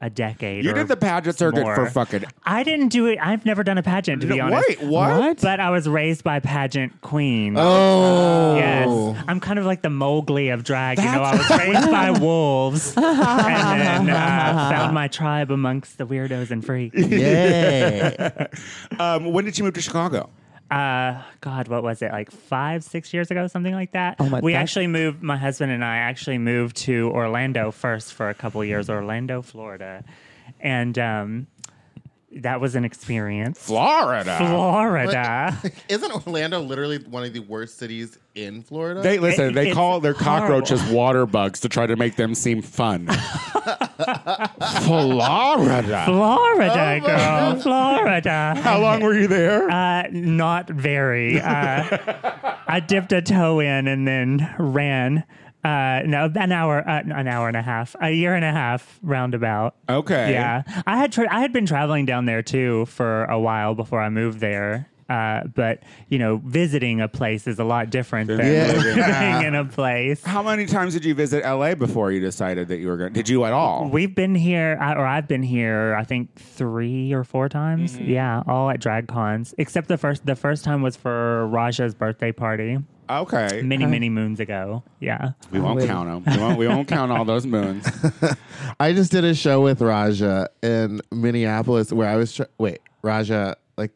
[SPEAKER 2] a decade.
[SPEAKER 1] You
[SPEAKER 2] or
[SPEAKER 1] did the pageant circuit
[SPEAKER 2] more.
[SPEAKER 1] for fucking.
[SPEAKER 2] I didn't do it. I've never done a pageant to be honest.
[SPEAKER 1] Wait, what?
[SPEAKER 2] But I was raised by pageant queen.
[SPEAKER 3] Oh,
[SPEAKER 2] Yes, I'm kind of like the Mowgli of drag. you know, I was raised by wolves, and then uh, found my tribe amongst the weirdos and freaks.
[SPEAKER 3] yeah.
[SPEAKER 1] Um, when did you move to Chicago?
[SPEAKER 2] uh god what was it like five six years ago something like that
[SPEAKER 4] Oh my-
[SPEAKER 2] we
[SPEAKER 4] that's-
[SPEAKER 2] actually moved my husband and i actually moved to orlando first for a couple years orlando florida and um that was an experience
[SPEAKER 1] Florida.
[SPEAKER 2] florida
[SPEAKER 3] Isn't Orlando literally one of the worst cities in Florida?
[SPEAKER 1] They listen.
[SPEAKER 2] It-
[SPEAKER 1] they
[SPEAKER 2] it's
[SPEAKER 1] call their cockroaches
[SPEAKER 2] horrible.
[SPEAKER 1] water bugs to try to make them seem fun. Florida.
[SPEAKER 2] florida
[SPEAKER 3] Oh my
[SPEAKER 2] girl florida
[SPEAKER 1] How long were you there?
[SPEAKER 2] uh not very uh i dipped a toe in and then ran uh no an hour uh, an hour and a half a year and a half roundabout
[SPEAKER 1] okay.
[SPEAKER 2] Yeah, I had tra- I had been traveling down there too for a while before I moved there, Uh, but you know, visiting a place is a lot different than
[SPEAKER 3] Yeah.
[SPEAKER 2] living in a place.
[SPEAKER 1] How many times did you visit LA before you decided that you were going? Did you at all?
[SPEAKER 2] We've been here, I- or I've been here, I think three or four times. Yeah, all at drag cons. Except the first, the first time was for Raja's birthday party
[SPEAKER 1] okay,
[SPEAKER 2] many, many moons ago. Yeah,
[SPEAKER 1] we won't
[SPEAKER 4] Wait.
[SPEAKER 1] count them. We won't, we won't count all those moons.
[SPEAKER 3] I just did a show with Raja in Minneapolis where I was tr- wait Raja like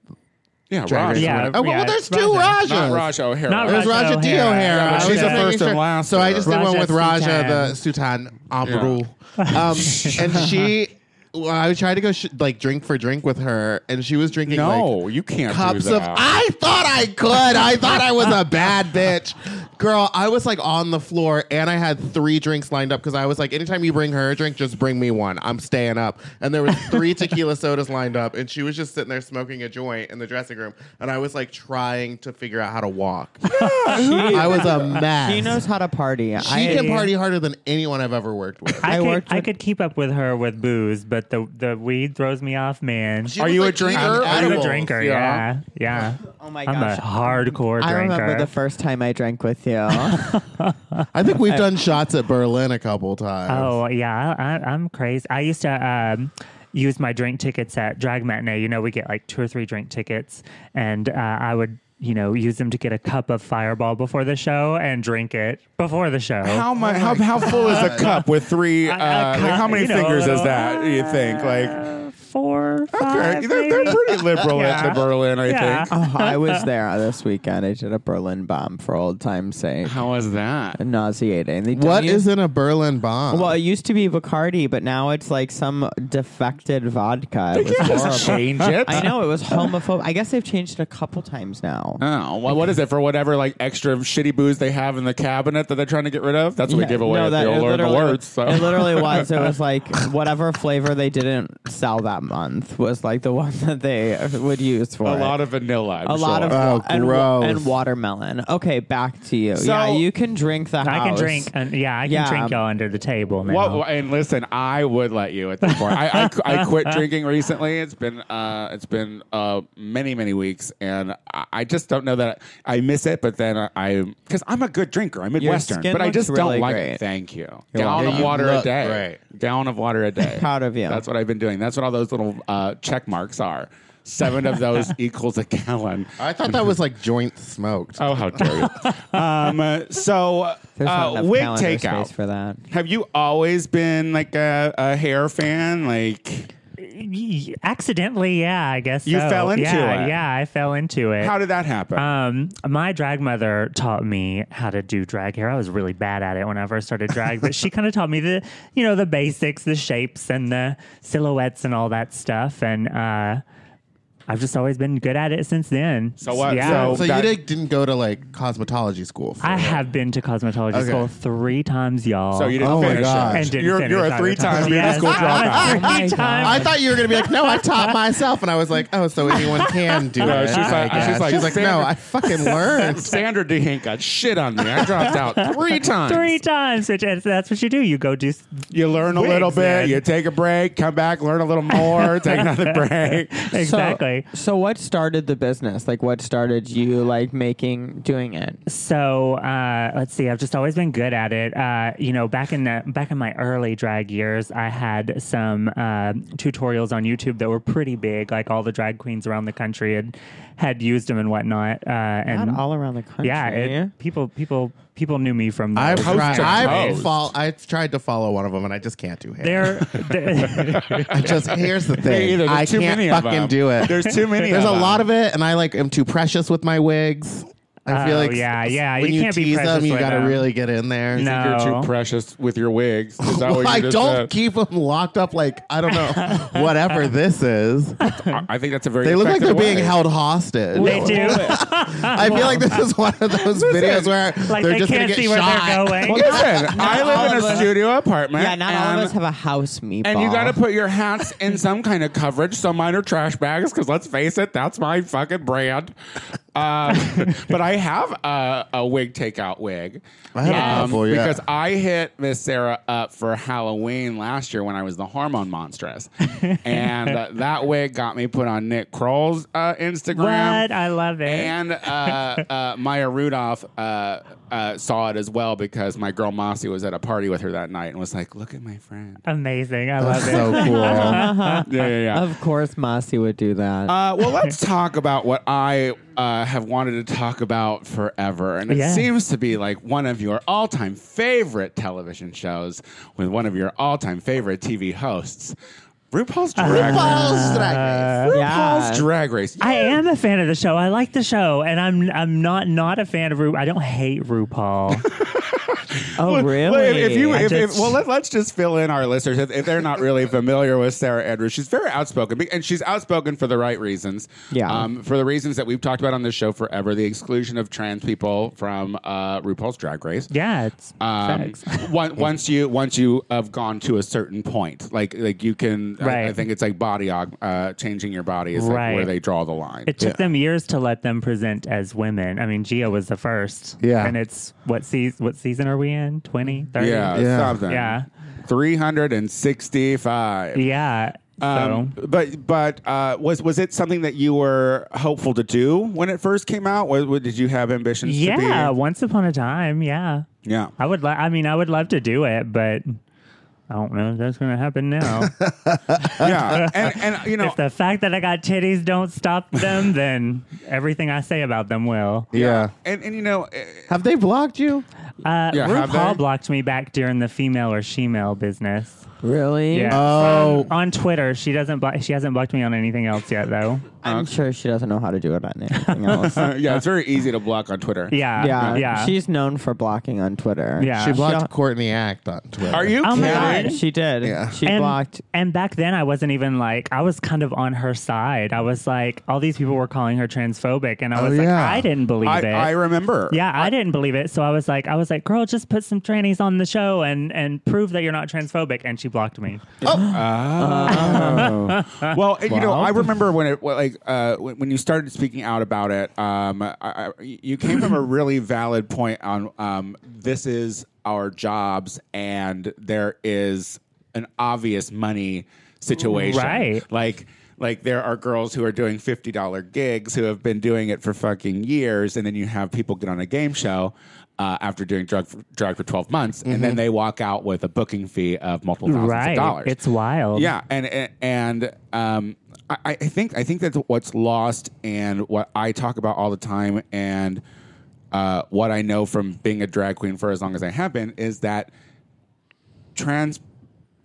[SPEAKER 1] Yeah,
[SPEAKER 3] Drag
[SPEAKER 1] Raja.
[SPEAKER 3] Race or
[SPEAKER 2] Yeah,
[SPEAKER 3] whatever. oh, well,
[SPEAKER 2] yeah,
[SPEAKER 3] there's
[SPEAKER 2] Raja.
[SPEAKER 3] two Rajas.
[SPEAKER 1] not Raja O'Hara.
[SPEAKER 2] Not
[SPEAKER 3] There's
[SPEAKER 2] Raja
[SPEAKER 3] Raja, D
[SPEAKER 2] O'Hara.
[SPEAKER 3] O'Hara, but
[SPEAKER 2] Raja.
[SPEAKER 3] she's the
[SPEAKER 2] Okay.
[SPEAKER 3] first
[SPEAKER 1] First
[SPEAKER 3] and
[SPEAKER 1] and last.
[SPEAKER 3] So I just did one
[SPEAKER 2] Raja
[SPEAKER 3] with Raja
[SPEAKER 2] Sutan.
[SPEAKER 3] the Sutan Amru, um, and she. Well, I tried to go sh- like drink for drink with her, and she was drinking
[SPEAKER 1] no,
[SPEAKER 3] like,
[SPEAKER 1] you can't do
[SPEAKER 3] cups
[SPEAKER 1] that.
[SPEAKER 3] of. I thought I could. I thought I was a bad bitch, girl. I was like on the floor, and I had three drinks lined up because I was like, anytime you bring her a drink, just bring me one. I'm staying up. And there was three tequila sodas lined up, and she was just sitting there smoking a joint in the dressing room, and I was like trying to figure out how to walk. I was a mess.
[SPEAKER 4] She knows how to party.
[SPEAKER 3] She
[SPEAKER 4] I,
[SPEAKER 3] can party harder than anyone I've ever worked with.
[SPEAKER 2] I,
[SPEAKER 4] I
[SPEAKER 2] could,
[SPEAKER 4] worked
[SPEAKER 2] I
[SPEAKER 4] with-
[SPEAKER 2] could keep up with her with booze, but the the weed throws me off, man.
[SPEAKER 3] She
[SPEAKER 1] Are
[SPEAKER 3] was,
[SPEAKER 1] you a
[SPEAKER 3] like, eating
[SPEAKER 1] drinker?
[SPEAKER 2] I'm a
[SPEAKER 3] edibles.
[SPEAKER 2] drinker. Yeah, yeah.
[SPEAKER 4] Oh my
[SPEAKER 2] I'm
[SPEAKER 4] gosh.
[SPEAKER 2] a hardcore
[SPEAKER 4] I
[SPEAKER 2] drinker.
[SPEAKER 4] remember the first time I drank with you.
[SPEAKER 3] I think we've done shots at Berlin a couple times.
[SPEAKER 2] Oh yeah, I, I- I'm crazy. I used to um, use my drink tickets at drag matinee. You know, we get like two or three drink tickets, and uh, I would you know use them to get a cup of Fireball before the show and drink it before the show.
[SPEAKER 1] How much? how, how full is a cup with three? Uh,
[SPEAKER 2] A- a
[SPEAKER 1] like
[SPEAKER 2] cup,
[SPEAKER 1] how many
[SPEAKER 2] you know,
[SPEAKER 1] fingers
[SPEAKER 2] a
[SPEAKER 1] is
[SPEAKER 2] little-
[SPEAKER 1] that? You think like?
[SPEAKER 2] Uh, four, five,
[SPEAKER 1] Okay, they're,
[SPEAKER 2] maybe?
[SPEAKER 1] they're pretty liberal at
[SPEAKER 2] Yeah.
[SPEAKER 1] the Berlin, I
[SPEAKER 2] Yeah.
[SPEAKER 1] think.
[SPEAKER 4] oh, I was there this weekend. I did a Berlin bomb for old time's sake.
[SPEAKER 1] How was that?
[SPEAKER 4] Nauseating. They
[SPEAKER 3] What
[SPEAKER 4] don't
[SPEAKER 3] is
[SPEAKER 4] use-
[SPEAKER 3] in a Berlin bomb?
[SPEAKER 4] Well, it used to be Bacardi, but now it's like some defected vodka. It was horrible.
[SPEAKER 1] change it.
[SPEAKER 4] I know it was homophobic. I guess they've changed it a couple times now.
[SPEAKER 1] Oh, well, what is it for? Whatever like extra shitty booze they have in the cabinet that they're trying to get rid of. That's what
[SPEAKER 4] Yeah,
[SPEAKER 1] we give away.
[SPEAKER 4] no,
[SPEAKER 1] if
[SPEAKER 4] that-
[SPEAKER 1] you'll
[SPEAKER 4] it
[SPEAKER 1] learn the
[SPEAKER 4] literally-
[SPEAKER 1] words. So.
[SPEAKER 4] It literally was. It was like whatever flavor they didn't sell that month was like the one that they would use for
[SPEAKER 1] a
[SPEAKER 4] it.
[SPEAKER 1] lot of vanilla. I'm
[SPEAKER 4] a lot
[SPEAKER 1] sure.
[SPEAKER 4] of
[SPEAKER 3] Oh,
[SPEAKER 4] wa- and, wa-
[SPEAKER 3] gross.
[SPEAKER 4] and watermelon. Okay, back to you.
[SPEAKER 1] So-
[SPEAKER 4] yeah, you can drink the house.
[SPEAKER 2] I can drink,
[SPEAKER 1] uh,
[SPEAKER 2] and yeah, I can
[SPEAKER 4] Yeah.
[SPEAKER 2] drink y'all under the table now.
[SPEAKER 1] Well, and listen, I would let you at this point. I, I, I quit drinking recently. It's been uh, it's been uh, many many weeks, and I, I just don't know that I miss it. But then I- I because I'm a good drinker. I'm Midwestern,
[SPEAKER 4] skin
[SPEAKER 1] but I
[SPEAKER 4] looks
[SPEAKER 1] just
[SPEAKER 4] really
[SPEAKER 1] don't like
[SPEAKER 4] great.
[SPEAKER 1] it. Thank you.
[SPEAKER 4] You're
[SPEAKER 1] Gallon
[SPEAKER 4] welcome.
[SPEAKER 1] of water
[SPEAKER 3] You
[SPEAKER 1] a
[SPEAKER 3] look
[SPEAKER 1] day. Gallon of water a day.
[SPEAKER 4] Proud of you.
[SPEAKER 1] That's what I've been doing. That's what all those little uh, check marks are. Seven of those equals a gallon.
[SPEAKER 3] I thought that was like joint smoked.
[SPEAKER 1] Oh, how dare you! um, uh, so,
[SPEAKER 4] There's not
[SPEAKER 1] uh,
[SPEAKER 4] enough
[SPEAKER 1] wig
[SPEAKER 4] calendar
[SPEAKER 1] takeout
[SPEAKER 4] space for that.
[SPEAKER 1] have you always been like a, a hair fan? Like,
[SPEAKER 2] Y- accidentally, yeah, I guess
[SPEAKER 1] You
[SPEAKER 2] so.
[SPEAKER 1] fell into
[SPEAKER 2] yeah,
[SPEAKER 1] it.
[SPEAKER 2] Yeah, I fell into it.
[SPEAKER 1] how did that happen?
[SPEAKER 4] Uh,
[SPEAKER 2] Um, my drag mother taught me how to do drag hair. I was really bad at it when I first started drag, but she kind of taught me the, you know, the basics, the shapes and the silhouettes and all that stuff. And uh, I've just always been good at it since then.
[SPEAKER 1] So what-
[SPEAKER 2] Yeah.
[SPEAKER 1] so-
[SPEAKER 3] so
[SPEAKER 1] that-
[SPEAKER 3] you did, didn't go to like cosmetology school. For
[SPEAKER 2] I
[SPEAKER 3] it.
[SPEAKER 2] have been to cosmetology
[SPEAKER 3] Okay.
[SPEAKER 2] school three times, y'all.
[SPEAKER 1] so you didn't
[SPEAKER 3] oh my
[SPEAKER 1] finish. it.
[SPEAKER 3] gosh.
[SPEAKER 2] and didn't
[SPEAKER 1] you're
[SPEAKER 2] finish
[SPEAKER 1] you're a
[SPEAKER 2] either
[SPEAKER 1] three-time
[SPEAKER 2] time.
[SPEAKER 1] beauty
[SPEAKER 2] Yes,
[SPEAKER 1] school dropout.
[SPEAKER 2] I'm a
[SPEAKER 4] Oh my
[SPEAKER 2] three-time
[SPEAKER 4] God.
[SPEAKER 3] I thought you were gonna be like, no, I taught myself, and I was like, oh, so anyone can do
[SPEAKER 1] No,
[SPEAKER 3] it.
[SPEAKER 1] she's
[SPEAKER 3] I
[SPEAKER 1] like- she's
[SPEAKER 3] guess.
[SPEAKER 1] like,
[SPEAKER 3] she's like, no,
[SPEAKER 1] Sandra-
[SPEAKER 3] I fucking learned.
[SPEAKER 1] Sandra Dehan got shit on me. I dropped out three times.
[SPEAKER 2] Three times, which is, that's what you do. You go do s-
[SPEAKER 1] You learn a
[SPEAKER 2] Wigs,
[SPEAKER 1] little bit.
[SPEAKER 2] man.
[SPEAKER 1] You take a break. Come back. Learn a little more. take another break.
[SPEAKER 2] exactly.
[SPEAKER 4] So, so what started the business? Like what started you like making doing it?
[SPEAKER 2] so uh, let's see i've just always been good at it uh, you know back in the back in my early drag years i had some uh, tutorials on youtube that were pretty big like all the drag queens around the country had had used them and whatnot uh, and
[SPEAKER 4] Not all around the country.
[SPEAKER 2] yeah it, people people people knew me from
[SPEAKER 3] I've
[SPEAKER 2] those.
[SPEAKER 1] Toes
[SPEAKER 3] tried.
[SPEAKER 1] to
[SPEAKER 3] I've
[SPEAKER 1] toes.
[SPEAKER 3] fol- I tried to follow one of them, and I just can't do hair.
[SPEAKER 2] they're, they're
[SPEAKER 3] I just here's the
[SPEAKER 1] Me
[SPEAKER 3] thing.
[SPEAKER 1] either. There's
[SPEAKER 3] I
[SPEAKER 1] too
[SPEAKER 3] can't
[SPEAKER 1] many of
[SPEAKER 3] fucking
[SPEAKER 1] them.
[SPEAKER 3] do it.
[SPEAKER 1] There's too many.
[SPEAKER 3] There's
[SPEAKER 1] of
[SPEAKER 3] a
[SPEAKER 1] them.
[SPEAKER 3] lot of it, and I like am too precious with my wigs. I feel
[SPEAKER 2] Oh,
[SPEAKER 3] like
[SPEAKER 2] yeah, yeah,
[SPEAKER 3] When
[SPEAKER 2] you
[SPEAKER 3] you,
[SPEAKER 2] can't be
[SPEAKER 3] tease them,
[SPEAKER 2] precious
[SPEAKER 3] you
[SPEAKER 2] with
[SPEAKER 3] gotta
[SPEAKER 2] them.
[SPEAKER 3] really get in there.
[SPEAKER 2] No.
[SPEAKER 1] You're
[SPEAKER 2] Oh.
[SPEAKER 1] too precious with your wigs. Is that what
[SPEAKER 3] Well,
[SPEAKER 1] you
[SPEAKER 3] I
[SPEAKER 1] just
[SPEAKER 3] don't
[SPEAKER 1] said?
[SPEAKER 3] keep them locked up like I don't know whatever this is.
[SPEAKER 1] I I think that's a very.
[SPEAKER 3] They look like they're
[SPEAKER 1] effective
[SPEAKER 3] being
[SPEAKER 1] way.
[SPEAKER 3] held hostage.
[SPEAKER 2] they do
[SPEAKER 3] I feel like this is one of those videos where
[SPEAKER 2] like
[SPEAKER 3] they're
[SPEAKER 2] they
[SPEAKER 3] just
[SPEAKER 2] can't
[SPEAKER 3] gonna get
[SPEAKER 2] see where they're
[SPEAKER 3] shot.
[SPEAKER 2] going
[SPEAKER 1] Listen, I live
[SPEAKER 4] all
[SPEAKER 1] in
[SPEAKER 4] of
[SPEAKER 1] a
[SPEAKER 4] us-
[SPEAKER 1] studio apartment.
[SPEAKER 4] yeah, not all
[SPEAKER 1] and-
[SPEAKER 4] of us have a house meatball.
[SPEAKER 1] And you got to put your hats in some kind of coverage. So mine are trash bags because let's face it, that's my fucking brand. Uh, but I have a, a wig takeout wig. um,
[SPEAKER 3] I have a couple, yeah.
[SPEAKER 1] Because I hit Miss Sarah up for Halloween last year when I was the hormone monstress. and uh, that wig got me put on Nick Kroll's uh,
[SPEAKER 2] What?
[SPEAKER 1] Instagram.
[SPEAKER 2] I love it.
[SPEAKER 1] And uh, uh, Maya Rudolph uh, uh, saw it as well because my girl Mossy was at a party with her that night and was like, "Look at my friend."
[SPEAKER 2] Amazing. I love it.
[SPEAKER 3] so cool.
[SPEAKER 1] yeah, yeah, yeah.
[SPEAKER 4] Of course, Mossy would do that.
[SPEAKER 1] Uh, well, let's talk about what I uh, have wanted to talk about forever, and it
[SPEAKER 2] Yeah.
[SPEAKER 1] seems to be like one of your all-time favorite television shows with one of your all-time favorite TV hosts, RuPaul's Drag Race. RuPaul's
[SPEAKER 4] Yeah.
[SPEAKER 1] Drag Race.
[SPEAKER 2] I am a fan of the show. I like the show, and I'm I'm not not a fan of Ru. I don't hate RuPaul.
[SPEAKER 4] oh, really?
[SPEAKER 1] Well, if, if you,
[SPEAKER 2] I
[SPEAKER 1] if, if,
[SPEAKER 2] just-
[SPEAKER 1] well let, us just fill in our listeners if, if they're not really familiar with Sarah Edwards. She's very outspoken, be- and she's outspoken for the right reasons.
[SPEAKER 4] Yeah.
[SPEAKER 1] um, for the reasons that we've talked about on this show forever: the exclusion of trans people from uh, RuPaul's Drag Race.
[SPEAKER 2] yeah, it's
[SPEAKER 1] Um,
[SPEAKER 2] sex.
[SPEAKER 1] on- once you once you have gone to a certain point, like like you can, I- I,
[SPEAKER 2] Right.
[SPEAKER 1] think it's like body aug- uh, changing your body is like
[SPEAKER 2] Right.
[SPEAKER 1] where they draw the line.
[SPEAKER 2] It took them years to let them present as women. I mean, Gia was the first.
[SPEAKER 3] Yeah.
[SPEAKER 2] and it's what season? What season are we in? 20, 30?
[SPEAKER 1] yeah,
[SPEAKER 3] Yeah.
[SPEAKER 1] something.
[SPEAKER 2] Yeah.
[SPEAKER 1] three hundred and sixty-five.
[SPEAKER 2] yeah.
[SPEAKER 1] Um,
[SPEAKER 2] so
[SPEAKER 1] But but uh, was was it something that you were hopeful to do when it first came out? Was, was- did you have ambitions? to be?
[SPEAKER 2] yeah, once upon a time, yeah,
[SPEAKER 1] yeah.
[SPEAKER 2] I would. Li- I mean, I would love to do it, but I don't know if that's going to happen now.
[SPEAKER 1] yeah, and, and you know,
[SPEAKER 2] if the fact that I got titties don't stop them, then everything I say about them will.
[SPEAKER 3] Yeah.
[SPEAKER 1] and and you know, eh,
[SPEAKER 3] Have they blocked you?
[SPEAKER 2] Uh,
[SPEAKER 1] Yeah, have
[SPEAKER 2] RuPaul
[SPEAKER 1] they?
[SPEAKER 2] blocked me back during the female or shemale business.
[SPEAKER 4] really?
[SPEAKER 2] Yeah.
[SPEAKER 3] Oh.
[SPEAKER 2] on Twitter, she doesn't. Blo- she hasn't blocked me on anything else yet, though.
[SPEAKER 4] I'm sure she doesn't know how to do it on anything else.
[SPEAKER 1] uh, yeah, it's very easy to block on Twitter.
[SPEAKER 2] Yeah,
[SPEAKER 4] yeah.
[SPEAKER 2] yeah,
[SPEAKER 4] She's known for blocking on Twitter.
[SPEAKER 2] Yeah.
[SPEAKER 3] She blocked
[SPEAKER 4] Yeah.
[SPEAKER 3] Courtney Act on Twitter.
[SPEAKER 1] Are you
[SPEAKER 2] Oh my
[SPEAKER 1] kidding?
[SPEAKER 2] God.
[SPEAKER 4] She did.
[SPEAKER 3] Yeah.
[SPEAKER 4] She
[SPEAKER 2] and,
[SPEAKER 4] blocked.
[SPEAKER 2] And back then, I wasn't even like I was kind of on her side. I was like, all these people were calling her transphobic, and I was like,
[SPEAKER 3] yeah.
[SPEAKER 2] I didn't believe
[SPEAKER 1] Oh, I,
[SPEAKER 2] it.
[SPEAKER 1] I remember.
[SPEAKER 2] yeah, I, didn't believe it. So I was like, I was like, girl, just put some trannies on the show and and prove that you're not transphobic. And she blocked me.
[SPEAKER 1] Oh. well, and, you know,
[SPEAKER 4] Wow.
[SPEAKER 1] I remember when it well, like uh, when, when you started speaking out about it. Um, I, I, you came from a really valid point on um, this is our jobs, and there is an obvious money situation,
[SPEAKER 2] Right.
[SPEAKER 1] Like. Like there are girls who are doing fifty dollar gigs who have been doing it for fucking years, and then you have people get on a game show uh, after doing drug for, drug for twelve months, and then they walk out with a booking fee of multiple thousands
[SPEAKER 2] Mm-hmm. right,
[SPEAKER 1] of dollars.
[SPEAKER 2] it's
[SPEAKER 4] Um,
[SPEAKER 2] wild.
[SPEAKER 1] Yeah, and and, and um, I, I think I think that's what's lost and what I talk about all the time, and uh, what I know from being a drag queen for as long as I have been is that trans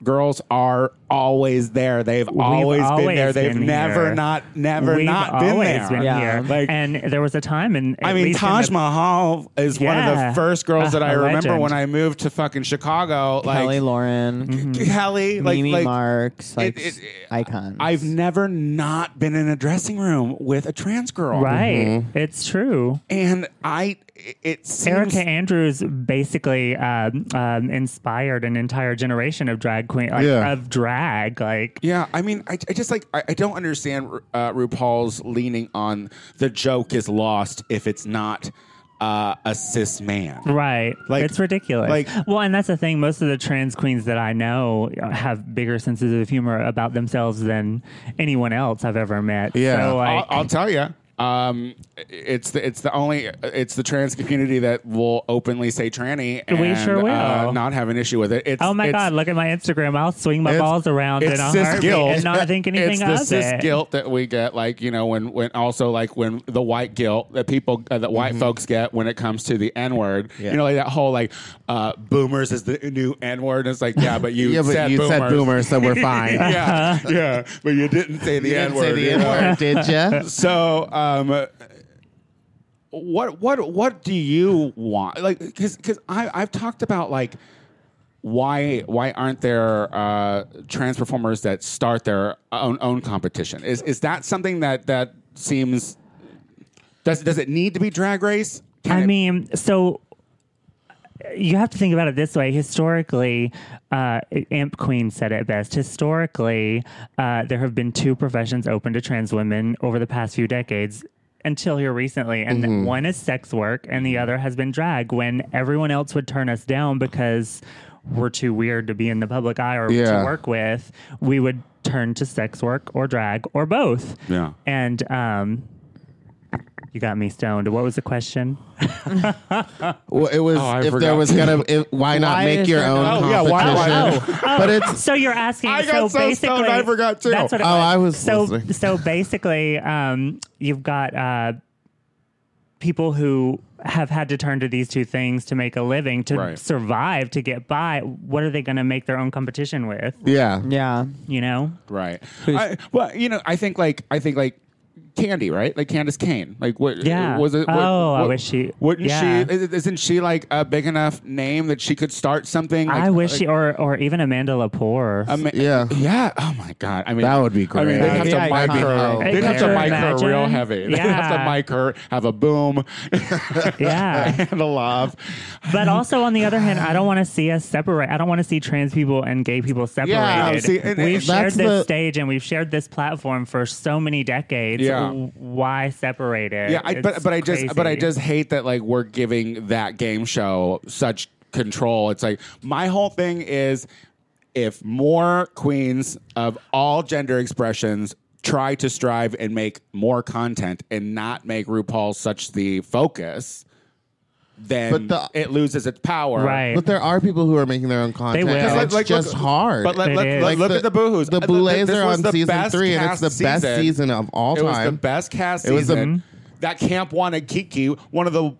[SPEAKER 1] girls are always there. They've always, been
[SPEAKER 2] always
[SPEAKER 1] there. They've
[SPEAKER 2] been
[SPEAKER 1] never
[SPEAKER 2] here.
[SPEAKER 1] not never
[SPEAKER 2] We've
[SPEAKER 1] not been
[SPEAKER 2] always
[SPEAKER 1] there.
[SPEAKER 2] Been
[SPEAKER 4] Yeah.
[SPEAKER 2] here.
[SPEAKER 1] Like-
[SPEAKER 2] and there was a time, and
[SPEAKER 1] I mean, Taj Mahal is one of
[SPEAKER 2] Yeah.
[SPEAKER 1] the first girls that I
[SPEAKER 2] A
[SPEAKER 1] remember
[SPEAKER 2] legend.
[SPEAKER 1] when I moved to fucking Chicago. Like Mm-hmm.
[SPEAKER 4] Kelly Lauren,
[SPEAKER 1] Kelly, like,
[SPEAKER 4] Mimi
[SPEAKER 1] like
[SPEAKER 4] Marks, like
[SPEAKER 1] it- it-
[SPEAKER 4] icons.
[SPEAKER 1] I've never not been in a dressing room with a trans girl.
[SPEAKER 2] Right,
[SPEAKER 3] Mm-hmm.
[SPEAKER 2] it's true.
[SPEAKER 1] And I, it seems.
[SPEAKER 2] Erica Andrews basically um, um, inspired an entire generation of drag queen, like,
[SPEAKER 3] Yeah.
[SPEAKER 2] of drag. Like,
[SPEAKER 1] yeah, I mean, I, I just like, I, I don't understand uh, RuPaul's leaning on the joke is lost if it's not uh, a cis man.
[SPEAKER 2] right?
[SPEAKER 1] Like-
[SPEAKER 2] it's ridiculous.
[SPEAKER 1] like-
[SPEAKER 2] well, and that's the thing. Most of the trans queens that I know have bigger senses of humor about themselves than anyone else I've ever met.
[SPEAKER 3] Yeah.
[SPEAKER 2] So, like,
[SPEAKER 1] I'll, I'll tell you. Um, it's the it's the only it's the trans community that will openly say tranny. And,
[SPEAKER 2] We sure will.
[SPEAKER 1] Uh, not have an issue with it. It's,
[SPEAKER 2] Oh my
[SPEAKER 1] it's-
[SPEAKER 2] God! Look at my Instagram. I'll swing my
[SPEAKER 3] It's-
[SPEAKER 2] balls around in
[SPEAKER 1] It's
[SPEAKER 2] a
[SPEAKER 1] cis
[SPEAKER 2] heartbeat
[SPEAKER 1] guilt
[SPEAKER 2] and not think anything
[SPEAKER 1] it's the
[SPEAKER 2] of
[SPEAKER 1] cis
[SPEAKER 2] it.
[SPEAKER 1] guilt that we get, like you know, when when also like when the white guilt that people uh, that white folks get when it comes to the N word,
[SPEAKER 3] Mm-hmm. Yeah.
[SPEAKER 1] you know, like that whole like uh, boomers is the new N word. It's like yeah, but you
[SPEAKER 3] Yeah, but
[SPEAKER 1] said
[SPEAKER 3] you
[SPEAKER 1] boomers.
[SPEAKER 3] said boomer, so we're fine.
[SPEAKER 1] yeah, yeah, but you didn't say the
[SPEAKER 3] You
[SPEAKER 1] N
[SPEAKER 3] didn't say
[SPEAKER 1] word.
[SPEAKER 3] the N word, did you?
[SPEAKER 1] So, um, what what what do you want? Like, because because I I've talked about like why why aren't there uh, trans performers that start their own own competition? Is is that something that that seems does does it need to be drag race? Can
[SPEAKER 2] I
[SPEAKER 1] it-
[SPEAKER 2] mean, so uh, you have to think about it this way. Historically, uh, Amp Queen said it best. Historically, uh, there have been two professions open to trans women over the past few decades. until here recently, and
[SPEAKER 1] Mm-hmm.
[SPEAKER 2] one is sex work, and the other has been drag. When everyone else would turn us down because we're too weird to be in the public eye or
[SPEAKER 1] Yeah.
[SPEAKER 2] to work with, we would turn to sex work or drag or both.
[SPEAKER 1] Yeah.
[SPEAKER 2] And um, you got me stoned. What was the question?
[SPEAKER 3] Well, it was
[SPEAKER 1] Oh, I
[SPEAKER 3] if there
[SPEAKER 1] forgot.
[SPEAKER 3] was gonna if, why not
[SPEAKER 4] Why
[SPEAKER 3] make
[SPEAKER 4] is
[SPEAKER 3] your
[SPEAKER 4] there
[SPEAKER 3] own
[SPEAKER 4] no-
[SPEAKER 1] Oh,
[SPEAKER 3] competition?
[SPEAKER 1] yeah, why- why-
[SPEAKER 3] but it's
[SPEAKER 2] So you're asking.
[SPEAKER 1] I
[SPEAKER 2] so,
[SPEAKER 1] got so stoned,
[SPEAKER 2] basically,
[SPEAKER 1] I forgot too.
[SPEAKER 2] That's what it
[SPEAKER 3] Oh, I was
[SPEAKER 2] So
[SPEAKER 3] listening.
[SPEAKER 2] so basically, um, you've got uh, people who have had to turn to these two things to make a living, to
[SPEAKER 1] Right.
[SPEAKER 2] survive, to get by. What are they going to make their own competition with?
[SPEAKER 3] yeah.
[SPEAKER 4] Yeah.
[SPEAKER 2] You know.
[SPEAKER 1] Right. I, well, you know, I think like I think like Candy, right? Like Candace Kane. Like what? uh,
[SPEAKER 2] Yeah.
[SPEAKER 1] Was it? what-
[SPEAKER 2] Oh, I
[SPEAKER 1] what-
[SPEAKER 2] wish she-
[SPEAKER 1] Wouldn't
[SPEAKER 2] yeah.
[SPEAKER 1] she? is- Isn't she like a big enough name that she could start something? Like,
[SPEAKER 2] I wish
[SPEAKER 1] like,
[SPEAKER 2] she, or or even Amanda Lepore.
[SPEAKER 1] I mean-
[SPEAKER 3] Yeah.
[SPEAKER 1] Yeah. Oh my God. I mean,
[SPEAKER 3] That would be
[SPEAKER 1] I mean,
[SPEAKER 3] great.
[SPEAKER 1] they have to
[SPEAKER 4] Yeah,
[SPEAKER 1] mic
[SPEAKER 4] iconic.
[SPEAKER 1] her.
[SPEAKER 4] Hey,
[SPEAKER 1] They have to
[SPEAKER 2] could you
[SPEAKER 1] mic her real
[SPEAKER 2] imagine?
[SPEAKER 1] heavy. They have to
[SPEAKER 2] Yeah.
[SPEAKER 1] mic her. Have a boom.
[SPEAKER 2] yeah.
[SPEAKER 1] and a laugh.
[SPEAKER 2] But also, on the other hand, I don't want to see us separate. I don't want to see trans people and gay people separated.
[SPEAKER 1] see, and- and
[SPEAKER 2] we've shared
[SPEAKER 3] that's
[SPEAKER 2] this
[SPEAKER 3] the-
[SPEAKER 2] stage and we've shared this platform for so many decades.
[SPEAKER 1] Yeah.
[SPEAKER 2] W- Why separate it?
[SPEAKER 1] Yeah, I, but
[SPEAKER 2] It's
[SPEAKER 1] but I just but I
[SPEAKER 2] crazy.
[SPEAKER 1] just hate that like we're giving that game show such control. It's like my whole thing is if more queens of all gender expressions try to strive and make more content and not make RuPaul such the focus, then
[SPEAKER 3] But the-
[SPEAKER 1] it loses its power.
[SPEAKER 2] right.
[SPEAKER 3] But there are people who are making their own content.
[SPEAKER 2] will.
[SPEAKER 3] 'cause
[SPEAKER 2] Like-
[SPEAKER 3] It's
[SPEAKER 1] like, look-
[SPEAKER 3] just hard.
[SPEAKER 1] But let,
[SPEAKER 2] It
[SPEAKER 1] let,
[SPEAKER 2] is.
[SPEAKER 1] let-
[SPEAKER 2] Like
[SPEAKER 1] look at the boohoo's.
[SPEAKER 3] The
[SPEAKER 1] Uh, th-
[SPEAKER 3] Boulets
[SPEAKER 1] this
[SPEAKER 3] are
[SPEAKER 1] was
[SPEAKER 3] on
[SPEAKER 1] the
[SPEAKER 3] season
[SPEAKER 1] best
[SPEAKER 3] three, and it's the
[SPEAKER 1] cast
[SPEAKER 3] best season of all
[SPEAKER 1] It was the
[SPEAKER 3] time.
[SPEAKER 1] best cast
[SPEAKER 3] It was the-
[SPEAKER 1] season. that Camp Wanna Kiki, one of the,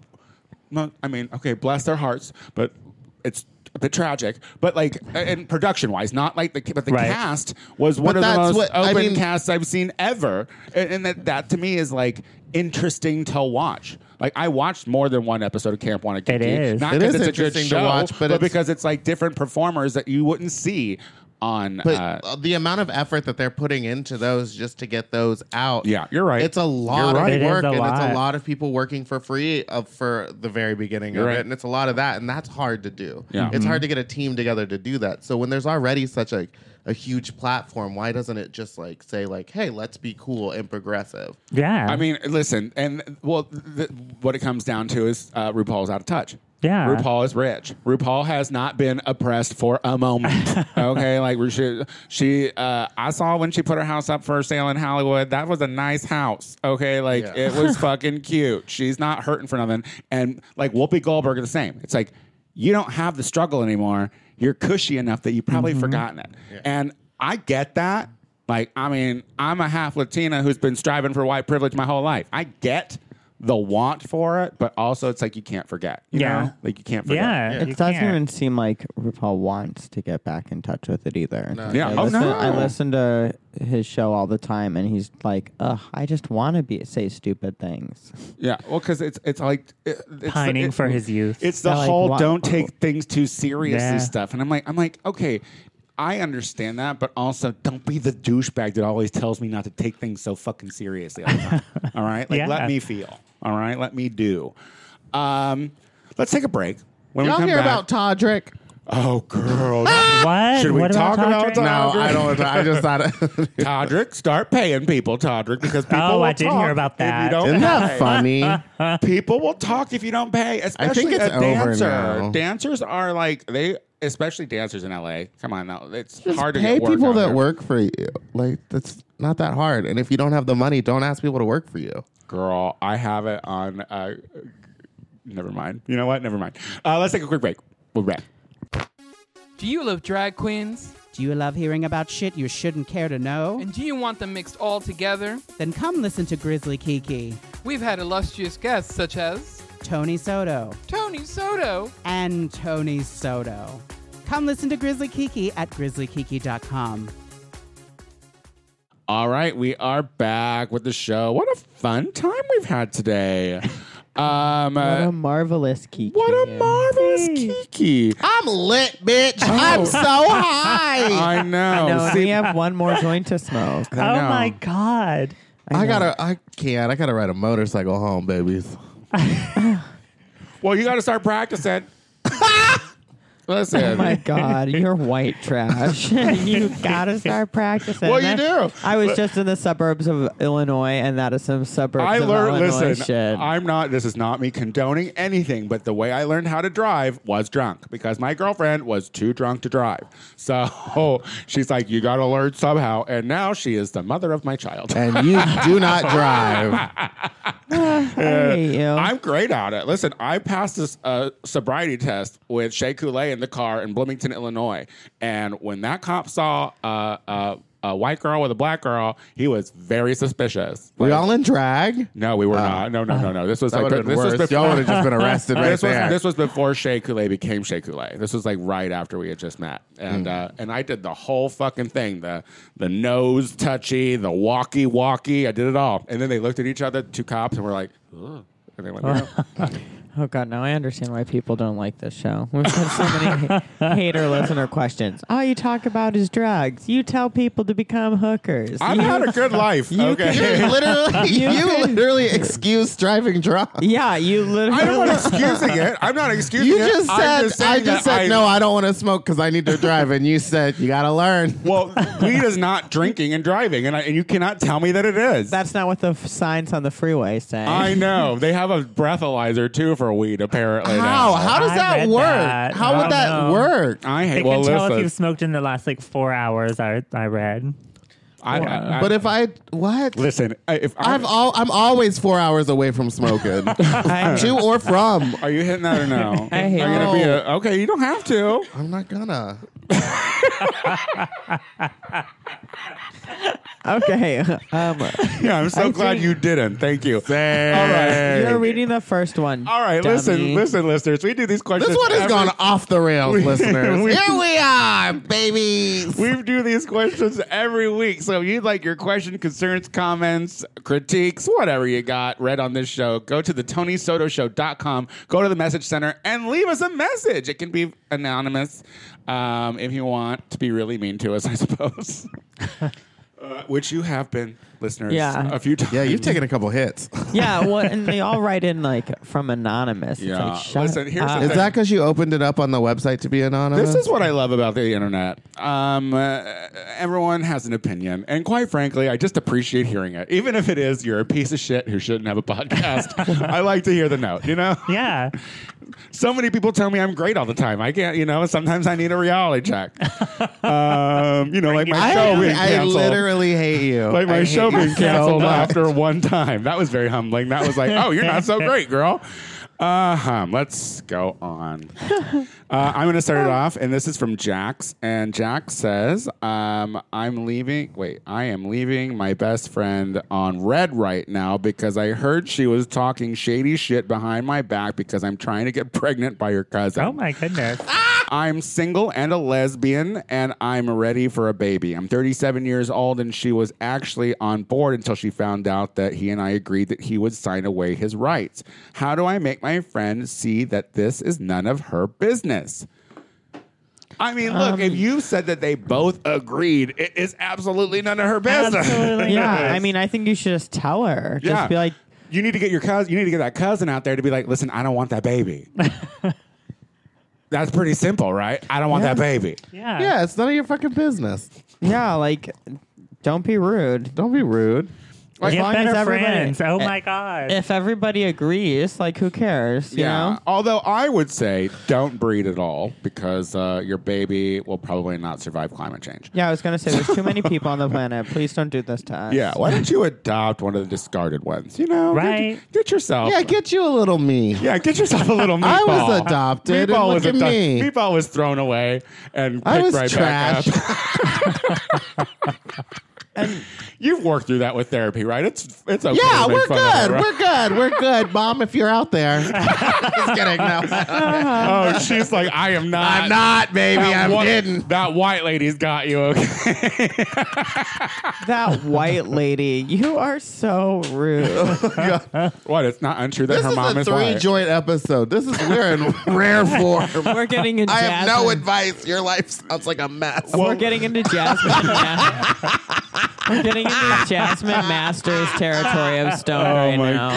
[SPEAKER 1] no, I mean, okay, bless their hearts, but it's a bit tragic. But like, and production wise, not like the, but the
[SPEAKER 2] Right.
[SPEAKER 1] cast was one of
[SPEAKER 3] But
[SPEAKER 1] the
[SPEAKER 3] that's
[SPEAKER 1] most
[SPEAKER 3] what- I
[SPEAKER 1] open
[SPEAKER 3] mean-
[SPEAKER 1] casts I've seen ever, and, and that that to me is like interesting to watch. Like I watched more than one episode of Camp Wanna Kiki.
[SPEAKER 2] is.
[SPEAKER 1] Not
[SPEAKER 3] It
[SPEAKER 1] because
[SPEAKER 3] is
[SPEAKER 1] it's a good
[SPEAKER 3] interesting to
[SPEAKER 1] show,
[SPEAKER 3] watch, but it's-
[SPEAKER 1] because it's like different performers that you wouldn't see on.
[SPEAKER 3] But
[SPEAKER 1] uh,
[SPEAKER 3] uh, the amount of effort that they're putting into those just to get those out.
[SPEAKER 1] Yeah, you're right.
[SPEAKER 3] It's a lot
[SPEAKER 1] right.
[SPEAKER 2] It
[SPEAKER 3] of
[SPEAKER 2] is
[SPEAKER 3] work,
[SPEAKER 2] a
[SPEAKER 3] and it's
[SPEAKER 2] lot.
[SPEAKER 3] a lot of people working for free of, for the very beginning
[SPEAKER 1] You're
[SPEAKER 3] of
[SPEAKER 1] right.
[SPEAKER 3] it, and it's a lot of that, and that's hard to do.
[SPEAKER 1] Yeah.
[SPEAKER 2] Mm-hmm.
[SPEAKER 3] It's hard to get a team together to do that. So when there's already such a a huge platform, why doesn't it just like say like, hey, let's be cool and progressive?
[SPEAKER 2] yeah.
[SPEAKER 1] I mean, listen, and well, th- what it comes down to is uh, RuPaul's out of touch.
[SPEAKER 2] Yeah.
[SPEAKER 1] RuPaul is rich. RuPaul has not been oppressed for a moment. okay, like she, she uh, I saw when she put her house up for sale in Hollywood. That was a nice house. Okay, like
[SPEAKER 3] Yeah.
[SPEAKER 1] it was fucking cute. She's not hurting for nothing. And like Whoopi Goldberg, is the same. It's like you don't have the struggle anymore. You're cushy enough that you've
[SPEAKER 2] Mm-hmm.
[SPEAKER 1] probably forgotten it. And I get that. Like, I mean, I'm a half Latina who's been striving for white privilege my whole life. I get the want for it, but also it's like you can't forget. You
[SPEAKER 2] Yeah.
[SPEAKER 1] Know? Like you can't forget.
[SPEAKER 2] yeah.
[SPEAKER 4] It
[SPEAKER 2] you
[SPEAKER 4] doesn't
[SPEAKER 2] can't.
[SPEAKER 4] even seem like RuPaul wants to get back in touch with it either.
[SPEAKER 1] Yeah.
[SPEAKER 4] I
[SPEAKER 1] Oh,
[SPEAKER 4] listen,
[SPEAKER 1] no.
[SPEAKER 4] I listen to his show all the time, and he's like, "Ugh, I just want to be say stupid things."
[SPEAKER 1] Yeah, well, because it's it's like it, it's
[SPEAKER 2] Pining
[SPEAKER 1] the, it-
[SPEAKER 2] for his youth.
[SPEAKER 1] It's the
[SPEAKER 4] Yeah, like,
[SPEAKER 1] whole
[SPEAKER 4] wha-
[SPEAKER 1] don't take things too seriously
[SPEAKER 2] Yeah.
[SPEAKER 1] stuff, and I'm like I'm like okay, I understand that, but also don't be the douchebag that always tells me not to take things so fucking seriously. All, the time, all right, like
[SPEAKER 2] Yeah.
[SPEAKER 1] let me feel. All right, let me do. Um, let's take a break. When we
[SPEAKER 3] Y'all
[SPEAKER 1] come
[SPEAKER 3] hear
[SPEAKER 1] back,
[SPEAKER 3] about Todrick?
[SPEAKER 1] oh girl,
[SPEAKER 2] What?
[SPEAKER 1] Should we
[SPEAKER 2] What
[SPEAKER 1] talk about
[SPEAKER 2] Todrick?
[SPEAKER 1] that?
[SPEAKER 3] No, I don't. I just thought.
[SPEAKER 1] Todrick, start paying people, Todrick, because people.
[SPEAKER 2] Oh,
[SPEAKER 1] will
[SPEAKER 2] I did hear
[SPEAKER 1] talk
[SPEAKER 2] about
[SPEAKER 1] if
[SPEAKER 2] that.
[SPEAKER 1] You don't
[SPEAKER 3] Isn't that
[SPEAKER 1] pay.
[SPEAKER 3] funny?
[SPEAKER 1] people will talk if you don't pay, especially
[SPEAKER 3] it's
[SPEAKER 1] a
[SPEAKER 3] over
[SPEAKER 1] dancer.
[SPEAKER 3] now.
[SPEAKER 1] Dancers are like they, especially dancers in LA. Come on, now it's
[SPEAKER 3] Just
[SPEAKER 1] hard to
[SPEAKER 3] pay
[SPEAKER 1] get work
[SPEAKER 3] people
[SPEAKER 1] out
[SPEAKER 3] that
[SPEAKER 1] here.
[SPEAKER 3] work for you. Like that's not that hard. And if you don't have the money, don't ask people to work for you.
[SPEAKER 1] Girl, I have it on. Uh, never mind. You know what? Never mind. Uh, let's take a quick break. We'll be back.
[SPEAKER 6] Do you love drag queens?
[SPEAKER 7] Do you love hearing about shit you shouldn't care to know?
[SPEAKER 6] And do you want them mixed all together?
[SPEAKER 7] Then come listen to Grizzly Kiki,
[SPEAKER 6] We've had illustrious guests such as
[SPEAKER 7] Tony Soto,
[SPEAKER 6] Tony Soto.
[SPEAKER 7] and Tony Soto. Come listen to Grizzly Kiki at grizzlykiki.com.
[SPEAKER 1] All right, we are back with the show. What a fun time we've had today. Um,
[SPEAKER 4] What
[SPEAKER 1] uh,
[SPEAKER 4] a marvelous Kiki!
[SPEAKER 1] what a marvelous Kiki.
[SPEAKER 3] I'm lit, bitch. I'm so high.
[SPEAKER 1] I know.
[SPEAKER 4] No, and
[SPEAKER 1] See,
[SPEAKER 4] we have one more joint to smoke.
[SPEAKER 2] Oh
[SPEAKER 1] I know.
[SPEAKER 2] my God.
[SPEAKER 3] I gotta. I can't. I gotta ride a motorcycle home, babies.
[SPEAKER 1] Well, you got to start practicing. Listen.
[SPEAKER 4] Oh my God, you're white trash. you gotta start practicing.
[SPEAKER 1] Well, you
[SPEAKER 4] That-
[SPEAKER 1] do.
[SPEAKER 4] I was just in the suburbs of Illinois, and that is some suburbs
[SPEAKER 1] I
[SPEAKER 4] of
[SPEAKER 1] learned.
[SPEAKER 4] Illinois
[SPEAKER 1] Listen,
[SPEAKER 4] shit.
[SPEAKER 1] I'm not. This is not me condoning anything, but the way I learned how to drive was drunk because my girlfriend was too drunk to drive. So she's like, "You got to learn somehow," and now she is the mother of my child.
[SPEAKER 3] and you do not drive.
[SPEAKER 4] I hate you.
[SPEAKER 1] I'm great at it. Listen, I passed this uh, sobriety test with Shea Coulee in the car in Bloomington, Illinois. And when that cop saw uh, uh, a white girl with a black girl, he was very suspicious.
[SPEAKER 3] We
[SPEAKER 1] Like,
[SPEAKER 3] all in drag.
[SPEAKER 1] no, we were not. No, no, no, no. This was
[SPEAKER 3] That
[SPEAKER 1] like
[SPEAKER 3] would have been
[SPEAKER 1] this was
[SPEAKER 3] worse. Y'all would have just been arrested right
[SPEAKER 1] this was
[SPEAKER 3] there.
[SPEAKER 1] this was before Shea Coulee became Shea Coulee. This was like right after we had just met, and
[SPEAKER 3] Hmm.
[SPEAKER 1] uh, and I did the whole fucking thing the the nose touchy, the walkie walkie. I did it all, and then they looked at each other, two cops, and were like, Ugh. and they went. "No."
[SPEAKER 4] oh God, now I understand why people don't like this show. We've had so many hater listener questions. All you talk about is drugs. You tell people to become hookers.
[SPEAKER 1] I've
[SPEAKER 4] You-
[SPEAKER 1] had a good life.
[SPEAKER 3] You
[SPEAKER 1] okay.
[SPEAKER 3] literally, you,
[SPEAKER 4] can-
[SPEAKER 3] literally excuse driving drunk.
[SPEAKER 4] yeah, you
[SPEAKER 1] I don't
[SPEAKER 4] literally.
[SPEAKER 1] want excusing it. I'm not excusing
[SPEAKER 3] You
[SPEAKER 1] it.
[SPEAKER 3] just
[SPEAKER 1] I'm
[SPEAKER 3] said, I
[SPEAKER 1] saying
[SPEAKER 3] just
[SPEAKER 1] that
[SPEAKER 3] said, no, I don't want to smoke because I need to drive. And you said, you got to learn.
[SPEAKER 1] Well, weed is not drinking and driving, and, I, and you cannot tell me that it is.
[SPEAKER 4] That's not what the f- signs on the freeway say.
[SPEAKER 1] I know they have a breathalyzer too for weed. Apparently,
[SPEAKER 3] How?
[SPEAKER 1] now.
[SPEAKER 3] How does
[SPEAKER 2] I
[SPEAKER 3] that
[SPEAKER 2] read
[SPEAKER 3] work?
[SPEAKER 2] that.
[SPEAKER 3] How
[SPEAKER 2] I
[SPEAKER 3] would
[SPEAKER 2] don't
[SPEAKER 3] that
[SPEAKER 2] know.
[SPEAKER 3] work?
[SPEAKER 1] I hate.
[SPEAKER 2] They
[SPEAKER 1] well,
[SPEAKER 2] can tell if
[SPEAKER 1] listen,
[SPEAKER 2] you've smoked in the last like four hours. I I read.
[SPEAKER 1] I, I,
[SPEAKER 3] But if I, what?
[SPEAKER 1] listen, I- if I,
[SPEAKER 3] I've all, I'm always four hours away from smoking, to or from.
[SPEAKER 1] are you hitting that or no?
[SPEAKER 4] I hate
[SPEAKER 1] Are you gonna be
[SPEAKER 3] No.
[SPEAKER 1] a, okay? You don't have to.
[SPEAKER 3] I'm not gonna.
[SPEAKER 4] Okay. um,
[SPEAKER 1] Yeah, I'm so
[SPEAKER 4] I
[SPEAKER 1] glad
[SPEAKER 4] think-
[SPEAKER 1] you didn't. Thank you. All right.
[SPEAKER 4] you're reading the first one.
[SPEAKER 1] All right, listen,
[SPEAKER 4] dummy.
[SPEAKER 1] listen, listeners. We do these questions.
[SPEAKER 3] This one has
[SPEAKER 1] every-
[SPEAKER 3] gone off the rails, listeners.
[SPEAKER 1] we-
[SPEAKER 3] Here we are, babies.
[SPEAKER 1] We do these questions every week. So if you'd like your question, concerns, comments, critiques, whatever you got read on this show, go to the TonySotoShow.com, go to the message center, and leave us a message. It can be anonymous um, if you want to be really mean to us, I suppose. Uh, which you have been, listeners,
[SPEAKER 4] Yeah.
[SPEAKER 1] a few times.
[SPEAKER 3] yeah, you've taken a couple hits.
[SPEAKER 4] yeah, well, and they all write in like from anonymous.
[SPEAKER 1] Yeah.
[SPEAKER 4] It's like, shut
[SPEAKER 1] Listen, here's the
[SPEAKER 4] up.
[SPEAKER 3] Is
[SPEAKER 1] thing.
[SPEAKER 3] that because you opened it up on the website to be anonymous?
[SPEAKER 1] This is what I love about the internet. Um, uh, everyone has an opinion, and quite frankly, I just appreciate hearing it, even if it is you're a piece of shit who shouldn't have a podcast. I like to hear the note. You know,
[SPEAKER 2] Yeah,
[SPEAKER 1] so many people tell me I'm great all the time. I can't. You know, sometimes I need a reality check. um, you know, like my
[SPEAKER 3] I,
[SPEAKER 1] show being
[SPEAKER 3] I
[SPEAKER 1] canceled.
[SPEAKER 3] literally hate you.
[SPEAKER 1] like
[SPEAKER 3] I
[SPEAKER 1] my
[SPEAKER 3] hate
[SPEAKER 1] show
[SPEAKER 3] you
[SPEAKER 1] being
[SPEAKER 3] so
[SPEAKER 1] canceled
[SPEAKER 3] much.
[SPEAKER 1] after one time. That was very humbling. That was like, oh, you're not so great, girl. Uh huh. Let's go on. Uh, I'm going to start it off, and this is from Jax. And Jax says, um, "I'm leaving. Wait, I am leaving my best friend on red right now because I heard she was talking shady shit behind my back because I'm trying to get pregnant by her cousin.
[SPEAKER 2] Oh my goodness.
[SPEAKER 1] I'm single and a lesbian, and I'm ready for a baby. I'm 37 years old, and she was actually on board until she found out that he and I agreed that he would sign away his rights. How do I make my friend see that this is none of her business? I mean, look, if you said that they both agreed, it is absolutely none of her business.
[SPEAKER 2] Absolutely.
[SPEAKER 4] yeah,
[SPEAKER 2] not.
[SPEAKER 4] I mean, I think you should just tell her. Just
[SPEAKER 1] Yeah.
[SPEAKER 4] be like,
[SPEAKER 1] you need to get your cousin. You need to get that cousin out there to be like, listen, I don't want that baby. That's pretty simple, right? I don't want that baby.
[SPEAKER 2] yeah.
[SPEAKER 3] Yeah, it's none of your fucking business.
[SPEAKER 4] yeah, like, don't be rude.
[SPEAKER 3] Don't be rude.
[SPEAKER 1] Like,
[SPEAKER 2] Get
[SPEAKER 4] long as
[SPEAKER 2] better
[SPEAKER 4] everybody-
[SPEAKER 2] friends. Oh
[SPEAKER 4] Eh,
[SPEAKER 2] my god.
[SPEAKER 4] If everybody agrees, like, who cares? You know?
[SPEAKER 1] Although I would say don't breed at all because uh, your baby will probably not survive climate change.
[SPEAKER 4] Yeah, I was gonna say there's too many people on the planet. Please don't do this to us.
[SPEAKER 1] Yeah. Why don't you adopt one of the discarded ones? You know, get-
[SPEAKER 2] Right.
[SPEAKER 1] Get, yourself.
[SPEAKER 3] Yeah, get you a little me.
[SPEAKER 1] Yeah, get yourself a little meatball.
[SPEAKER 3] I was adopted, and
[SPEAKER 1] Meatball was
[SPEAKER 3] look at me.
[SPEAKER 1] Meatball was thrown away and
[SPEAKER 3] I
[SPEAKER 1] picked
[SPEAKER 3] was
[SPEAKER 1] right
[SPEAKER 3] trash.
[SPEAKER 1] back up. You've worked through that with therapy, right? It's it's okay.
[SPEAKER 3] Yeah,
[SPEAKER 1] to make
[SPEAKER 3] we're
[SPEAKER 1] fun of it,
[SPEAKER 3] good.
[SPEAKER 1] right?
[SPEAKER 3] We're good. We're good. Mom, if you're out there. Just kidding. No.
[SPEAKER 1] Oh, she's like, I am not.
[SPEAKER 3] I'm not, baby.
[SPEAKER 1] That
[SPEAKER 3] I'm
[SPEAKER 1] one-
[SPEAKER 3] hidden.
[SPEAKER 1] That white lady's got you. Okay.
[SPEAKER 4] That white lady, you are so rude.
[SPEAKER 1] what? It's not untrue that
[SPEAKER 3] This
[SPEAKER 1] her
[SPEAKER 3] is
[SPEAKER 1] mom
[SPEAKER 3] a
[SPEAKER 1] is white.
[SPEAKER 3] three joint episode. This is we're in rare form.
[SPEAKER 4] We're getting into
[SPEAKER 3] I have no advice. Your life sounds like a mess.
[SPEAKER 4] We're getting into Jasmine. now. We're getting into Jasmine Masters territory of Stone
[SPEAKER 1] Oh
[SPEAKER 4] right
[SPEAKER 1] my
[SPEAKER 4] now.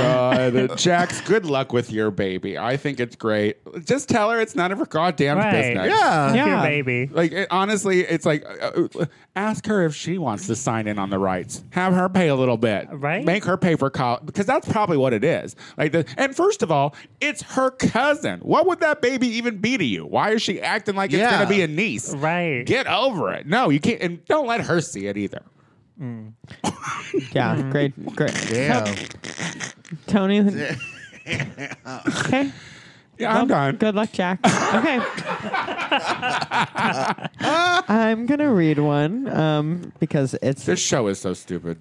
[SPEAKER 1] god, Jax! Good luck with your baby. I think it's great. Just tell her it's none of her goddamn
[SPEAKER 2] Right.
[SPEAKER 1] business.
[SPEAKER 3] Yeah.
[SPEAKER 2] Your
[SPEAKER 4] Yeah.
[SPEAKER 2] baby.
[SPEAKER 1] Like it, honestly, it's like uh, uh, ask her if she wants to sign in on the rights. Have her pay a little bit,
[SPEAKER 2] Right.
[SPEAKER 1] Make her pay for college because that's probably what it is. Like, the, and first of all, it's her cousin. What would that baby even be to you? Why is she acting like it's
[SPEAKER 3] Yeah.
[SPEAKER 1] gonna be a niece?
[SPEAKER 2] Right.
[SPEAKER 1] Get over it. No, you can't, and don't let her see it either.
[SPEAKER 4] Yeah, great, great.
[SPEAKER 3] Damn.
[SPEAKER 4] Tony. okay.
[SPEAKER 1] Yeah, I'm
[SPEAKER 4] Well,
[SPEAKER 1] done.
[SPEAKER 4] Good luck, Jack. Okay. I'm gonna read one um, because it's
[SPEAKER 1] This show is so stupid.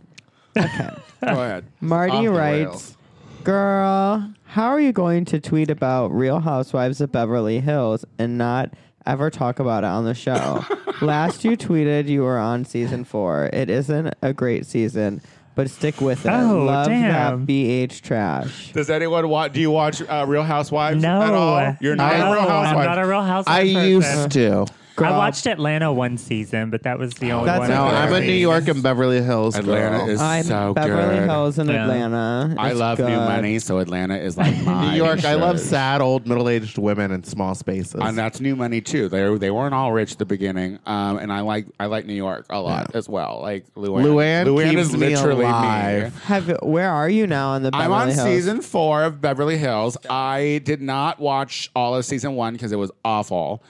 [SPEAKER 1] Go ahead.
[SPEAKER 4] Marty
[SPEAKER 3] off the
[SPEAKER 4] writes,
[SPEAKER 3] rails.
[SPEAKER 4] "Girl, how are you going to tweet about Real Housewives of Beverly Hills and not ever talk about it on the show? Last you tweeted you were on season four. It isn't a great season, but stick with it.
[SPEAKER 2] Oh,
[SPEAKER 4] Love
[SPEAKER 2] damn.
[SPEAKER 4] that BH trash.
[SPEAKER 1] Does anyone watch? Do you watch uh, Real Housewives
[SPEAKER 2] No.
[SPEAKER 1] at all? You're not
[SPEAKER 2] No,
[SPEAKER 1] a Real Housewife.
[SPEAKER 2] I'm not a real housewife.
[SPEAKER 3] I
[SPEAKER 2] person.
[SPEAKER 3] used to.
[SPEAKER 2] I
[SPEAKER 4] Girl.
[SPEAKER 2] watched Atlanta one season, but that was the only
[SPEAKER 4] That's
[SPEAKER 2] one.
[SPEAKER 4] okay.
[SPEAKER 3] No,
[SPEAKER 2] I've
[SPEAKER 3] I'm a
[SPEAKER 2] ever
[SPEAKER 3] New
[SPEAKER 2] seen.
[SPEAKER 3] York and Beverly Hills.
[SPEAKER 1] Atlanta
[SPEAKER 3] girl.
[SPEAKER 1] is
[SPEAKER 4] I'm
[SPEAKER 1] so
[SPEAKER 4] Beverly
[SPEAKER 1] good.
[SPEAKER 4] Hills in
[SPEAKER 2] Yeah.
[SPEAKER 4] Atlanta.
[SPEAKER 1] I
[SPEAKER 4] It's
[SPEAKER 1] love
[SPEAKER 4] good.
[SPEAKER 1] new money, so Atlanta is like my
[SPEAKER 3] New York. I love
[SPEAKER 1] shows.
[SPEAKER 3] sad old middle-aged women in small spaces.
[SPEAKER 1] And that's new money too. They they weren't all rich at the beginning, um, and I like I like New York a lot as well. Like Luann,
[SPEAKER 3] Luann keeps
[SPEAKER 1] is
[SPEAKER 3] me
[SPEAKER 1] literally
[SPEAKER 3] alive.
[SPEAKER 1] me.
[SPEAKER 4] Have where are you now on the Beverly
[SPEAKER 1] I'm on
[SPEAKER 4] Hills?
[SPEAKER 1] season four of Beverly Hills. I did not watch all of season one because it was awful.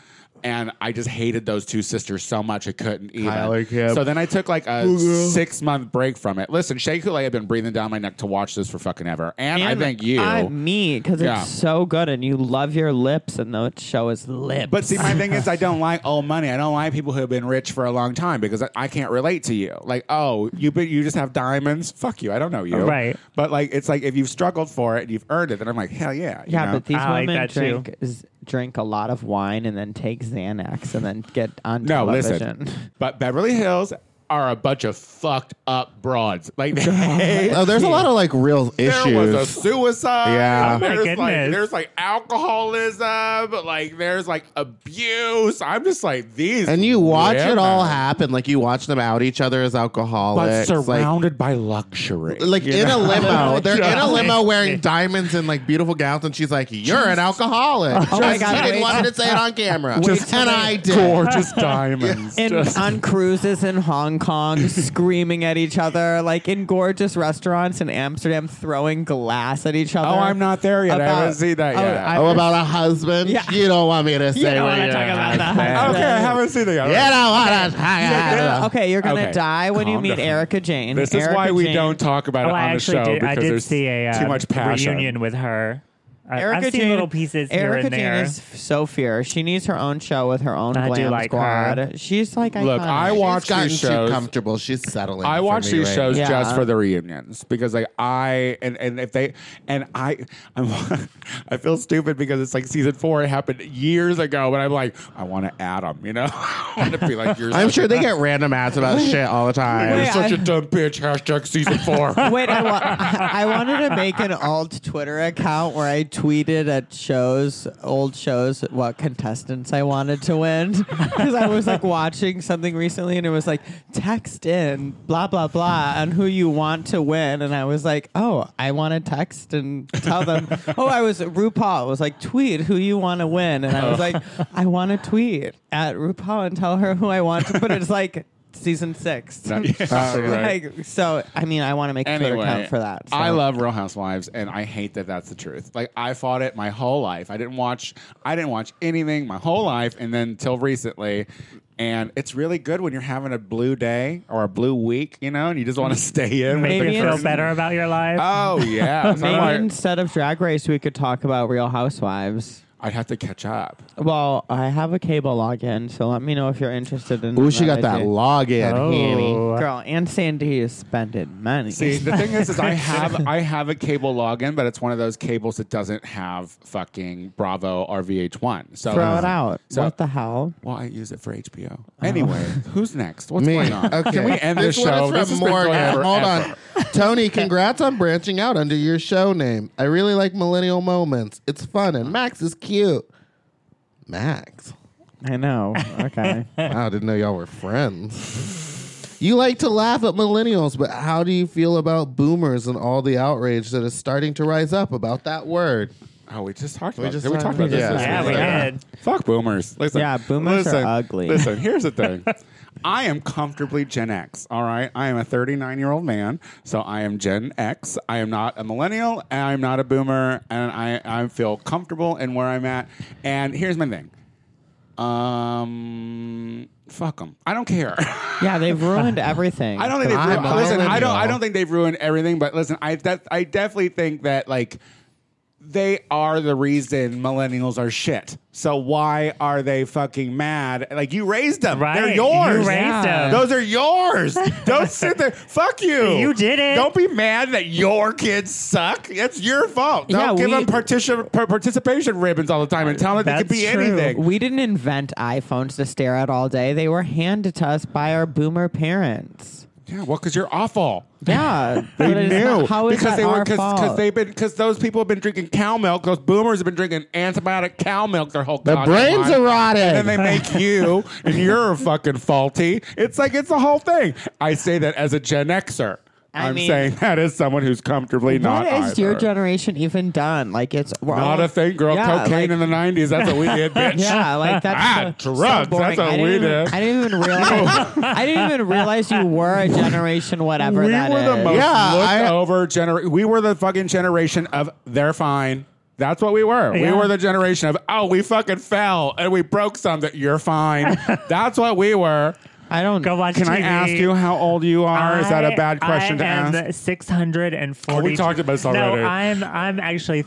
[SPEAKER 1] And I just hated those two sisters so much I couldn't even.
[SPEAKER 3] Kyler Kemp.
[SPEAKER 1] So then I took like a six month break from it. Listen, Shea Coulee had been breathing down my neck to watch this for fucking ever. And, I
[SPEAKER 4] And
[SPEAKER 1] thank you.
[SPEAKER 4] I, me, because
[SPEAKER 1] Yeah.
[SPEAKER 4] it's so good and you love your lips, and the show is lips.
[SPEAKER 1] But see, my thing is, I don't like old money. I don't like people who have been rich for a long time because I, I can't relate to you. Like, oh, you but you just have diamonds. Fuck you. I don't know you.
[SPEAKER 2] Right.
[SPEAKER 1] But like, it's like if you've struggled for it and you've earned it, then I'm like, hell yeah. you
[SPEAKER 4] yeah,
[SPEAKER 1] know?
[SPEAKER 4] but these
[SPEAKER 2] I like
[SPEAKER 4] women
[SPEAKER 2] that too.
[SPEAKER 4] drink z- drink a lot of wine and then take Xanax and then get on
[SPEAKER 1] no,
[SPEAKER 4] television.
[SPEAKER 1] listen. But Beverly Hills are a bunch of fucked up broads. Like, they,
[SPEAKER 3] Oh, there's a lot of like real issues.
[SPEAKER 1] There was a suicide.
[SPEAKER 3] Yeah. Oh
[SPEAKER 2] my
[SPEAKER 1] there's like
[SPEAKER 2] goodness.
[SPEAKER 1] there's like alcoholism. Like there's like abuse. I'm just like these.
[SPEAKER 3] and you watch it all
[SPEAKER 1] women.
[SPEAKER 3] happen. Like you watch them out each other as
[SPEAKER 1] but
[SPEAKER 3] alcoholics. like,
[SPEAKER 1] surrounded by luxury.
[SPEAKER 3] like in a limo. They're in a limo
[SPEAKER 2] Golly.
[SPEAKER 3] wearing diamonds and like beautiful gowns, and she's like, "You're an alcoholic."
[SPEAKER 4] Oh my
[SPEAKER 3] Just-
[SPEAKER 4] God,
[SPEAKER 3] you didn't
[SPEAKER 4] wait.
[SPEAKER 3] want me to say it on camera,
[SPEAKER 1] Just-
[SPEAKER 3] and I did.
[SPEAKER 1] gorgeous diamonds.
[SPEAKER 4] In,
[SPEAKER 1] Just-
[SPEAKER 4] on cruises in Hong Kong, screaming at each other, like in gorgeous restaurants in Amsterdam, throwing glass at each other.
[SPEAKER 1] oh, I'm not there yet. I
[SPEAKER 4] About-
[SPEAKER 1] haven't seen that
[SPEAKER 4] oh,
[SPEAKER 1] yet.
[SPEAKER 4] I-
[SPEAKER 3] Oh, about a husband?
[SPEAKER 4] Yeah.
[SPEAKER 3] You don't want me to say
[SPEAKER 4] don't
[SPEAKER 3] what
[SPEAKER 4] wanna
[SPEAKER 3] you're
[SPEAKER 4] talk about the
[SPEAKER 3] husband.
[SPEAKER 1] okay, I haven't seen that yet.
[SPEAKER 3] You don't want to talk
[SPEAKER 4] You're
[SPEAKER 3] about
[SPEAKER 4] gonna-
[SPEAKER 3] the-
[SPEAKER 4] okay, you're gonna
[SPEAKER 1] Okay,
[SPEAKER 4] die when you
[SPEAKER 1] calm
[SPEAKER 4] meet
[SPEAKER 1] down.
[SPEAKER 4] Erica Jane.
[SPEAKER 1] This is
[SPEAKER 4] Erica
[SPEAKER 1] why we
[SPEAKER 4] Jane-
[SPEAKER 1] don't talk about
[SPEAKER 2] Oh,
[SPEAKER 1] it
[SPEAKER 2] I
[SPEAKER 1] on the
[SPEAKER 2] actually
[SPEAKER 1] show
[SPEAKER 2] did. I
[SPEAKER 1] because
[SPEAKER 2] did
[SPEAKER 1] there's
[SPEAKER 2] see a uh,
[SPEAKER 1] too much passion.
[SPEAKER 2] reunion with her. I,
[SPEAKER 4] Erica
[SPEAKER 2] I've seen
[SPEAKER 4] Jane,
[SPEAKER 2] little pieces here
[SPEAKER 4] Erica
[SPEAKER 2] and there.
[SPEAKER 4] Jane is f- so fierce. She needs her own show with her own
[SPEAKER 2] I do
[SPEAKER 4] glam
[SPEAKER 2] like
[SPEAKER 4] squad.
[SPEAKER 2] her.
[SPEAKER 4] She's like
[SPEAKER 1] Look,
[SPEAKER 4] iconic.
[SPEAKER 1] I
[SPEAKER 3] She's
[SPEAKER 1] watch
[SPEAKER 3] gotten
[SPEAKER 1] these shows.
[SPEAKER 3] too comfortable. She's settling.
[SPEAKER 1] I
[SPEAKER 3] for
[SPEAKER 1] watch
[SPEAKER 3] me
[SPEAKER 1] these
[SPEAKER 3] right
[SPEAKER 1] shows
[SPEAKER 4] now.
[SPEAKER 1] just
[SPEAKER 4] Yeah.
[SPEAKER 1] for the reunions because like I and, and if they and I I'm, I feel stupid because it's like season four it happened years ago but I'm like I want to add them you know I want to be like you're
[SPEAKER 3] I'm
[SPEAKER 1] such
[SPEAKER 3] sure
[SPEAKER 1] a-
[SPEAKER 3] they get random ads about shit all the time.
[SPEAKER 1] you're
[SPEAKER 4] Wait,
[SPEAKER 1] such a
[SPEAKER 4] I-
[SPEAKER 1] dumb bitch hashtag season four
[SPEAKER 4] Wait, I, wa- I wanted to make an old Twitter account where I tweeted at shows, old shows, what contestants I wanted to win. Because I was like watching something recently and it was like, text in, blah, blah, blah, on who you want to win. And I was like, oh, I want to text and tell them. oh, I was RuPaul. was like, tweet who you want to win. And I was like, I want to tweet at RuPaul and tell her who I want to. But it's like, season six.
[SPEAKER 1] Not yet. Oh, Right.
[SPEAKER 4] Like, so, I mean, I want to make a Twitter
[SPEAKER 1] anyway,
[SPEAKER 4] account for that. so.
[SPEAKER 1] I love Real Housewives, and I hate that that's the truth. Like I fought it my whole life. I didn't watch. I didn't watch anything my whole life, and then till recently. And it's really good when you're having a blue day or a blue week, you know, and you just want to stay in. with
[SPEAKER 2] Make
[SPEAKER 4] Maybe
[SPEAKER 1] the
[SPEAKER 2] you feel
[SPEAKER 4] it's-
[SPEAKER 1] person.
[SPEAKER 2] better about your life.
[SPEAKER 1] Oh yeah, So I'm
[SPEAKER 4] Maybe
[SPEAKER 1] like,
[SPEAKER 4] instead of Drag Race, we could talk about Real Housewives.
[SPEAKER 1] I'd have to catch up.
[SPEAKER 4] Well, I have a cable login, so let me know if you're interested in.
[SPEAKER 3] Ooh, she got that
[SPEAKER 4] idea.
[SPEAKER 3] login,
[SPEAKER 2] Oh.
[SPEAKER 3] Hammy.
[SPEAKER 4] girl. And Sandy is spending money.
[SPEAKER 1] See, the thing is, is I have I have a cable login, but it's one of those cables that doesn't have fucking Bravo or VH1. So
[SPEAKER 4] Throw it out.
[SPEAKER 1] So-
[SPEAKER 4] what the hell?
[SPEAKER 1] Well, I use it for HBO. Anyway, who's next? What's
[SPEAKER 3] Me.
[SPEAKER 1] going on?
[SPEAKER 3] Okay.
[SPEAKER 1] Can we end
[SPEAKER 3] this
[SPEAKER 1] this, show?
[SPEAKER 3] One is
[SPEAKER 1] This has been
[SPEAKER 3] from
[SPEAKER 1] going
[SPEAKER 3] Morgan. Hold
[SPEAKER 1] forever.
[SPEAKER 3] on. Tony, congrats on branching out under your show name. I really like millennial moments. It's fun and Max is cute. Max.
[SPEAKER 4] I know. Okay.
[SPEAKER 3] Wow, didn't know y'all were friends. You like to laugh at millennials, but how do you feel about boomers and all the outrage that is starting to rise up about that word?
[SPEAKER 1] Oh, we just talked
[SPEAKER 3] We
[SPEAKER 1] about
[SPEAKER 3] just
[SPEAKER 1] this. We
[SPEAKER 3] talked
[SPEAKER 1] talked about
[SPEAKER 3] about
[SPEAKER 1] this.
[SPEAKER 3] this.
[SPEAKER 1] this
[SPEAKER 3] Yeah,
[SPEAKER 1] week.
[SPEAKER 3] we
[SPEAKER 2] did.
[SPEAKER 1] Fuck boomers. Listen,
[SPEAKER 4] Yeah, boomers are
[SPEAKER 1] listen,
[SPEAKER 4] ugly.
[SPEAKER 1] Listen, here's the thing. I am comfortably Gen X, all right? I am a 39 year old man, so I am Gen X. I am not a millennial, and I'm not a boomer, and I, I feel comfortable in where I'm at. And here's my thing um, fuck them. I don't care.
[SPEAKER 4] Yeah, they've ruined everything.
[SPEAKER 1] I don't e- think they've
[SPEAKER 3] I'm
[SPEAKER 1] ruined.
[SPEAKER 3] a
[SPEAKER 1] Listen, I
[SPEAKER 3] millennial.
[SPEAKER 1] don't. I don't think they've ruined everything. But listen, I that I definitely think that like they are the reason millennials are shit. So why are they fucking mad? Like you raised them.
[SPEAKER 2] Right.
[SPEAKER 1] They're yours.
[SPEAKER 2] You raised them.
[SPEAKER 1] Those are yours. don't sit there. Fuck you.
[SPEAKER 2] You did it.
[SPEAKER 1] Don't be mad that your kids suck. It's your fault. Don't
[SPEAKER 4] Yeah,
[SPEAKER 1] give them
[SPEAKER 4] we-
[SPEAKER 1] partici- par- participation ribbons all the time and tell them that they could be
[SPEAKER 2] That's true.
[SPEAKER 1] anything.
[SPEAKER 4] We didn't invent iPhones to stare at all day. They were handed to us by our boomer parents.
[SPEAKER 1] Yeah, well, because you're awful.
[SPEAKER 4] Yeah,
[SPEAKER 1] They
[SPEAKER 4] but it's
[SPEAKER 1] knew
[SPEAKER 4] not- how is
[SPEAKER 1] because
[SPEAKER 4] that
[SPEAKER 1] they
[SPEAKER 4] our
[SPEAKER 1] were because
[SPEAKER 4] fault?
[SPEAKER 1] they've been because those people have been drinking cow milk. Those boomers have been drinking antibiotic cow milk their whole.
[SPEAKER 3] Their
[SPEAKER 1] goddamn
[SPEAKER 3] brains
[SPEAKER 1] life.
[SPEAKER 3] are rotted.
[SPEAKER 1] And then they make you, and you're fucking faulty. It's like it's the whole thing. I say that as a Gen Xer.
[SPEAKER 4] I
[SPEAKER 1] am
[SPEAKER 4] mean-
[SPEAKER 1] saying that as someone who's comfortably not.
[SPEAKER 4] What has your
[SPEAKER 1] either.
[SPEAKER 4] generation even done? Like it's we're
[SPEAKER 1] Not
[SPEAKER 4] all-
[SPEAKER 1] a thing, girl.
[SPEAKER 4] Yeah,
[SPEAKER 1] Cocaine in
[SPEAKER 4] like-
[SPEAKER 1] the '90s. That's what we did, bitch.
[SPEAKER 4] yeah, like that's
[SPEAKER 1] Ah,
[SPEAKER 4] so- so
[SPEAKER 1] drugs. That's
[SPEAKER 4] boring.
[SPEAKER 1] what
[SPEAKER 4] I didn't
[SPEAKER 1] we
[SPEAKER 4] even-
[SPEAKER 1] did.
[SPEAKER 4] I didn't even realize. I didn't even realize you were a generation, whatever
[SPEAKER 1] we
[SPEAKER 4] that
[SPEAKER 1] were the
[SPEAKER 4] is.
[SPEAKER 1] most
[SPEAKER 3] Yeah,
[SPEAKER 1] looked
[SPEAKER 3] I-
[SPEAKER 1] over generation. We were the fucking generation of they're fine. That's what we were.
[SPEAKER 2] Yeah.
[SPEAKER 1] We were the generation of oh, we fucking fell and we broke something. You're fine. That's what we were.
[SPEAKER 4] I don't.
[SPEAKER 2] Go watch
[SPEAKER 1] Can I
[SPEAKER 2] TV.
[SPEAKER 1] ask you how old you are? Is that a bad question
[SPEAKER 2] I
[SPEAKER 1] to
[SPEAKER 2] am
[SPEAKER 1] ask?
[SPEAKER 2] 640.
[SPEAKER 1] Oh, we talked about this already.
[SPEAKER 2] No, I'm, I'm actually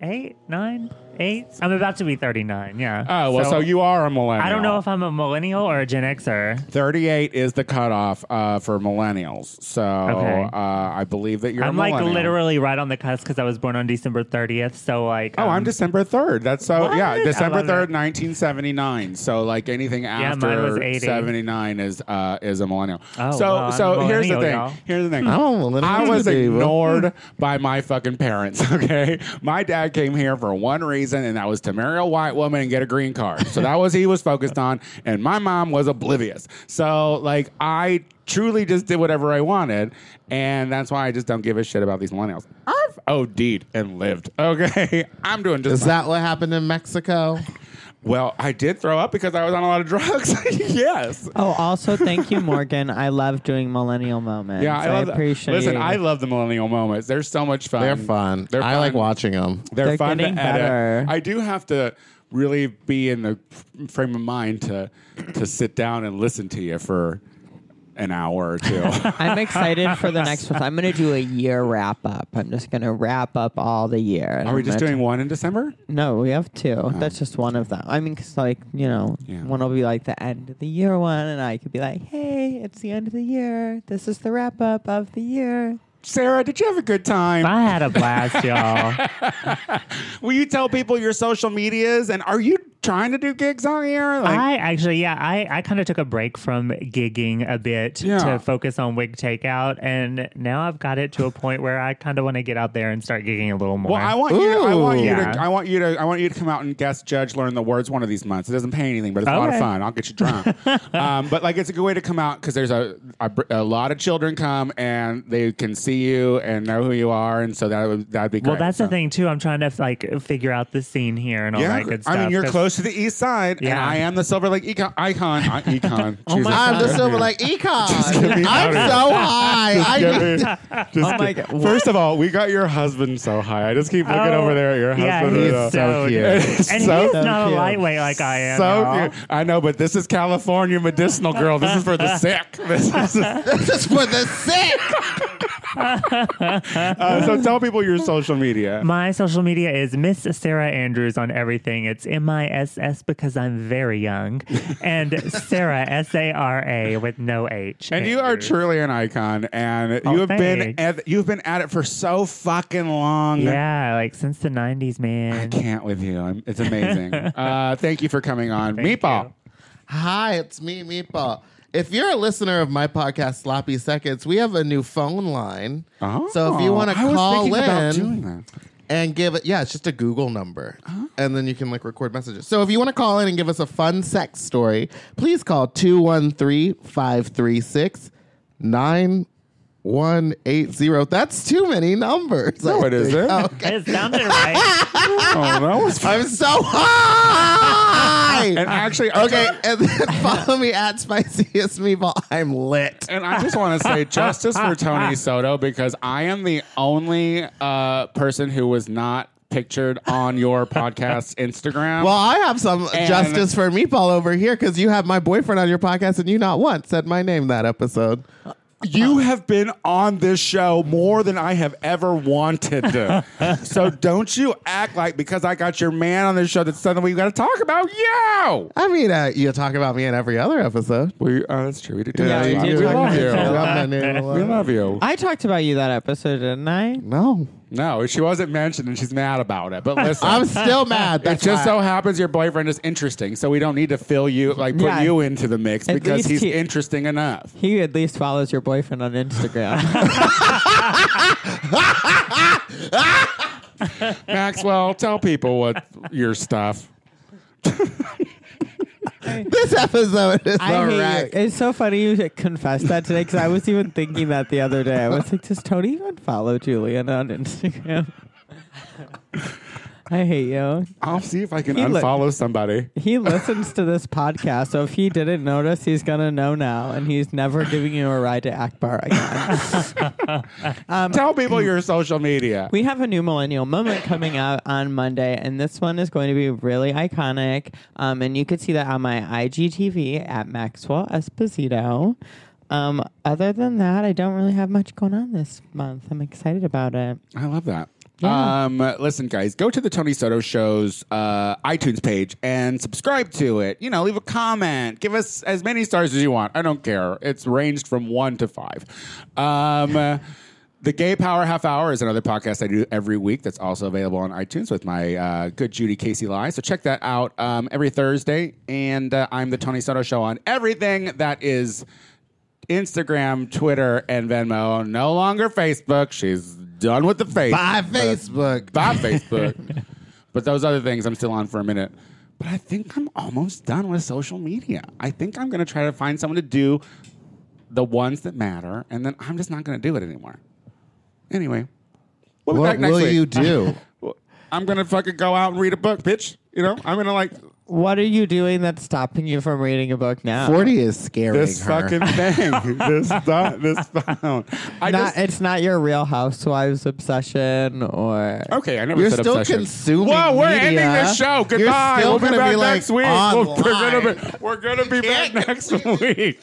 [SPEAKER 2] 38, 9, 8. I'm about to be 39, yeah.
[SPEAKER 1] Oh well, so, you are a millennial.
[SPEAKER 2] I don't know if I'm a millennial or a Gen Xer.
[SPEAKER 1] 38 is the cutoff uh, for millennials. So
[SPEAKER 2] Okay.
[SPEAKER 1] uh, I believe that you're. a
[SPEAKER 2] I'm like
[SPEAKER 1] millennial.
[SPEAKER 2] literally right on the cusp because I was born on December 30th. So like,
[SPEAKER 1] Oh,
[SPEAKER 2] um,
[SPEAKER 1] I'm December third. That's so
[SPEAKER 2] What?
[SPEAKER 1] yeah,
[SPEAKER 2] I
[SPEAKER 1] December
[SPEAKER 2] love that.
[SPEAKER 1] third, nineteen seventy nine. So like anything after
[SPEAKER 2] mine was 80.
[SPEAKER 1] seventy nine is uh, is a millennial.
[SPEAKER 2] Oh,
[SPEAKER 1] so
[SPEAKER 2] well, I'm a
[SPEAKER 1] so here's the
[SPEAKER 2] millennial,
[SPEAKER 1] thing.
[SPEAKER 2] y'all.
[SPEAKER 1] Here's the thing.
[SPEAKER 3] I'm a millennial
[SPEAKER 1] I was
[SPEAKER 3] too.
[SPEAKER 1] ignored by my fucking parents. Okay, my dad came here for one reason, and that was to marry a white woman and get a green card. So that was he was focused on, and my mom was oblivious. So like I truly just did whatever I wanted, and that's why I just don't give a shit about these millennials. I've OD'd and lived. Okay, I'm doing just
[SPEAKER 3] Is that what happened in Mexico?
[SPEAKER 1] well, I did throw up because I was on a lot of drugs. yes.
[SPEAKER 4] Oh, also thank you, Morgan. I love doing millennial moments.
[SPEAKER 1] Yeah, I, love that.
[SPEAKER 4] appreciate.
[SPEAKER 1] Listen, I love the millennial moments. They're so much fun.
[SPEAKER 3] They're fun.
[SPEAKER 1] They're
[SPEAKER 3] I like
[SPEAKER 1] fun.
[SPEAKER 3] watching them.
[SPEAKER 1] They're,
[SPEAKER 4] They're
[SPEAKER 1] fun to edit.
[SPEAKER 4] getting better.
[SPEAKER 1] I do have to really be in the f- frame of mind to to sit down and listen to you for an hour or two.
[SPEAKER 4] I'm excited for the next one. I'm going to do a year wrap up. I'm just going to wrap up all the year.
[SPEAKER 1] Are we just doing one in December?
[SPEAKER 4] No, we have two. That's just one of them. I mean, because like you know,
[SPEAKER 1] Yeah.
[SPEAKER 4] one will be like the end of the year one, and I could be like, "Hey, it's the end of the year. This is the wrap up of the year."
[SPEAKER 1] Sarah, did you have a good time?
[SPEAKER 2] I had a blast, y'all.
[SPEAKER 1] Will you tell people your social medias and are you trying to do gigs on the air? Like,
[SPEAKER 2] I actually, yeah, I, I kind of took a break from gigging a bit
[SPEAKER 1] Yeah.
[SPEAKER 2] to focus on wig takeout, and now I've got it to a point where I kind of want to get out there and start gigging a little more.
[SPEAKER 1] Well, I want you. To, I want you.
[SPEAKER 2] Yeah.
[SPEAKER 1] To, I want you to. I want you to come out and guest judge, learn the words one of these months. It doesn't pay anything, but it's a lot of
[SPEAKER 2] Okay.
[SPEAKER 1] fun. I'll get you drunk. um, but like, it's a good way to come out because there's a, a br- a lot of children come and they can see you and know who you are, and so that would that'd be great.
[SPEAKER 2] well, that's
[SPEAKER 1] so.
[SPEAKER 2] the thing too. I'm trying to like figure out the scene here and all
[SPEAKER 1] Yeah,
[SPEAKER 2] that good stuff.
[SPEAKER 1] I mean, you're
[SPEAKER 2] 'cause-
[SPEAKER 1] close to the east side, and
[SPEAKER 2] Yeah.
[SPEAKER 1] I am the Silver Lake econ- icon. I- icon. oh
[SPEAKER 3] I'm the silver like
[SPEAKER 1] get me out
[SPEAKER 3] econ. I'm
[SPEAKER 1] of here.
[SPEAKER 3] so high. I
[SPEAKER 4] oh my god!
[SPEAKER 1] First of all, we got your husband so high. I just keep looking over there at your
[SPEAKER 2] Oh. Yeah,
[SPEAKER 1] husband.
[SPEAKER 2] he's
[SPEAKER 1] Uh,
[SPEAKER 2] so
[SPEAKER 3] cute.
[SPEAKER 2] And
[SPEAKER 1] He's
[SPEAKER 2] he's
[SPEAKER 1] so
[SPEAKER 2] not
[SPEAKER 4] cute.
[SPEAKER 2] a lightweight like I am.
[SPEAKER 1] so
[SPEAKER 2] y'all.
[SPEAKER 1] cute. I know, but this is California medicinal girl. This is for the sick. This is, uh,
[SPEAKER 3] this is for the sick.
[SPEAKER 1] so tell people your social media.
[SPEAKER 2] My social media is Miss Sarah Andrews on everything. It's M I S S because I'm very young, and Sarah S A R A with no H.
[SPEAKER 1] and you are
[SPEAKER 2] Andrews.
[SPEAKER 1] truly an icon, and
[SPEAKER 2] Oh,
[SPEAKER 1] you have been
[SPEAKER 2] thanks.
[SPEAKER 1] at, you've been at it for so fucking long.
[SPEAKER 2] Yeah, like since the '90s,
[SPEAKER 1] I
[SPEAKER 2] man.
[SPEAKER 1] can't with you. I'm, it's amazing. uh, thank you for coming on,
[SPEAKER 2] Thank
[SPEAKER 1] Meatball.
[SPEAKER 2] you.
[SPEAKER 3] Hi, it's me, Meatball. If you're a listener of my podcast, Sloppy Seconds, we have a new phone line.
[SPEAKER 1] Oh,
[SPEAKER 3] so if you want to
[SPEAKER 1] I was
[SPEAKER 3] call
[SPEAKER 1] thinking about
[SPEAKER 3] in,
[SPEAKER 1] doing that.
[SPEAKER 3] and give it yeah it's just a google number and then you can like record messages so if you want to call in and give us a fun sex story please call 213-536-9180 that's too many numbers
[SPEAKER 1] No,
[SPEAKER 3] I
[SPEAKER 1] Oh, it
[SPEAKER 3] think.
[SPEAKER 1] isn't.
[SPEAKER 3] okay.
[SPEAKER 2] It sounded right.
[SPEAKER 1] Oh, that was fun.
[SPEAKER 3] i'm so high
[SPEAKER 1] And actually,
[SPEAKER 3] okay and then follow me at spiciest meatball i'm lit
[SPEAKER 1] And I just want to say justice for Tony Soto because I am the only uh, person who was not pictured on your podcast's Instagram.
[SPEAKER 3] well, I have some
[SPEAKER 1] And-
[SPEAKER 3] justice for meatball over here because you have my boyfriend on your podcast and you not once said my name that episode.
[SPEAKER 1] you have been on this show more than I have ever wanted to. so don't you act like because I got your man on this show that suddenly we got to talk about you.
[SPEAKER 3] I mean, uh, you talk about me in every other episode.
[SPEAKER 1] We, oh, that's true. We did do
[SPEAKER 4] Yeah,
[SPEAKER 1] that.
[SPEAKER 4] we
[SPEAKER 1] a lot.
[SPEAKER 4] did
[SPEAKER 1] We
[SPEAKER 4] talk
[SPEAKER 1] love
[SPEAKER 4] about that a
[SPEAKER 1] you.
[SPEAKER 4] lot.
[SPEAKER 1] We love you.
[SPEAKER 4] I talked about you that episode, didn't I?
[SPEAKER 3] No,
[SPEAKER 1] No, she wasn't mentioned and she's mad about it. But listen,
[SPEAKER 3] I'm still mad.
[SPEAKER 1] It
[SPEAKER 3] That's
[SPEAKER 1] just
[SPEAKER 3] why-
[SPEAKER 1] so happens your boyfriend is interesting, so we don't need to fill you like put
[SPEAKER 4] Yeah.
[SPEAKER 1] you into the mix
[SPEAKER 4] At
[SPEAKER 1] because
[SPEAKER 4] least
[SPEAKER 1] he's
[SPEAKER 4] he-
[SPEAKER 1] interesting enough.
[SPEAKER 4] He at least follows your boyfriend on Instagram.
[SPEAKER 1] Maxwell, tell people what your stuff.
[SPEAKER 3] this episode is
[SPEAKER 4] I
[SPEAKER 3] all
[SPEAKER 4] hate you.
[SPEAKER 3] right.
[SPEAKER 4] It's so funny you confessed that today because I was even thinking that the other day. I was like, does Tony even follow Julian on Instagram? I hate you.
[SPEAKER 1] I'll see if I can
[SPEAKER 4] He look-
[SPEAKER 1] unfollow somebody.
[SPEAKER 4] He listens to this podcast, so if he didn't notice, he's gonna know now, and he's never giving you a ride to Akbar again. Um,
[SPEAKER 1] tell people your social media.
[SPEAKER 4] we have a new millennial moment coming out on Monday, and this one is going to be really iconic. Um, and you could see that on my IGTV at Maxwell Esposito. Um, other than that, I don't really have much going on this month. I'm excited about it.
[SPEAKER 1] I love that.
[SPEAKER 4] Yeah.
[SPEAKER 1] Um, listen, guys, go to the Tony Soto Show's uh, iTunes page and subscribe to it. You know, leave a comment, give us as many stars as you want. I don't care. It's ranged from one to five. Um, uh, the Gay Power Half Hour is another podcast I do every week that's also available on iTunes with my uh, good Judy Casey Lai. So check that out um, every Thursday. And uh, I'm the Tony Soto Show on everything that is Instagram, Twitter, and Venmo. No longer Facebook. She's done with the face.
[SPEAKER 3] Bye,
[SPEAKER 1] Uh,
[SPEAKER 3] Facebook.
[SPEAKER 1] Bye, Facebook. but those other things I'm still on for a minute. But I think I'm almost done with social media. I think I'm going to try to find someone to do the ones that matter, and then I'm just not going to do it anymore. Anyway, we'll be
[SPEAKER 3] What
[SPEAKER 1] back next
[SPEAKER 3] will
[SPEAKER 1] week.
[SPEAKER 3] you do?
[SPEAKER 1] I'm going to fucking go out and read a book, bitch. You know, I'm going to like
[SPEAKER 4] What are you doing that's stopping you from reading a book now?
[SPEAKER 3] Forty is scary.
[SPEAKER 1] this fucking thing, this th- this phone. I
[SPEAKER 4] Not,
[SPEAKER 3] eh,
[SPEAKER 1] just-
[SPEAKER 4] it's not your Real Housewives obsession, or
[SPEAKER 1] Okay, I never
[SPEAKER 3] You're
[SPEAKER 1] said
[SPEAKER 3] still
[SPEAKER 1] obsession.
[SPEAKER 3] consuming
[SPEAKER 1] Whoa, we're
[SPEAKER 3] media.
[SPEAKER 1] ending this show.
[SPEAKER 3] You're
[SPEAKER 1] Goodbye.
[SPEAKER 3] still
[SPEAKER 1] We'll be
[SPEAKER 3] gonna
[SPEAKER 1] back
[SPEAKER 3] be, like,
[SPEAKER 1] next week. We'll- We're
[SPEAKER 3] online.
[SPEAKER 1] gonna be, we're gonna be back
[SPEAKER 3] can't
[SPEAKER 1] next week.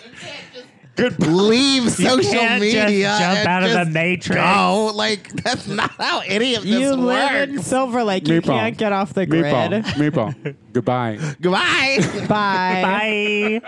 [SPEAKER 1] Goodbye.
[SPEAKER 3] Leave social
[SPEAKER 2] can't just
[SPEAKER 3] media.
[SPEAKER 2] jump
[SPEAKER 3] and
[SPEAKER 2] out of the
[SPEAKER 3] just
[SPEAKER 2] matrix.
[SPEAKER 3] Go. Like that's not how any of this
[SPEAKER 4] you live in
[SPEAKER 3] works.
[SPEAKER 4] Silver Lake. You can't get off the grid.
[SPEAKER 1] Meatball. Meatball. Goodbye.
[SPEAKER 3] Goodbye.
[SPEAKER 4] Bye.
[SPEAKER 2] Bye.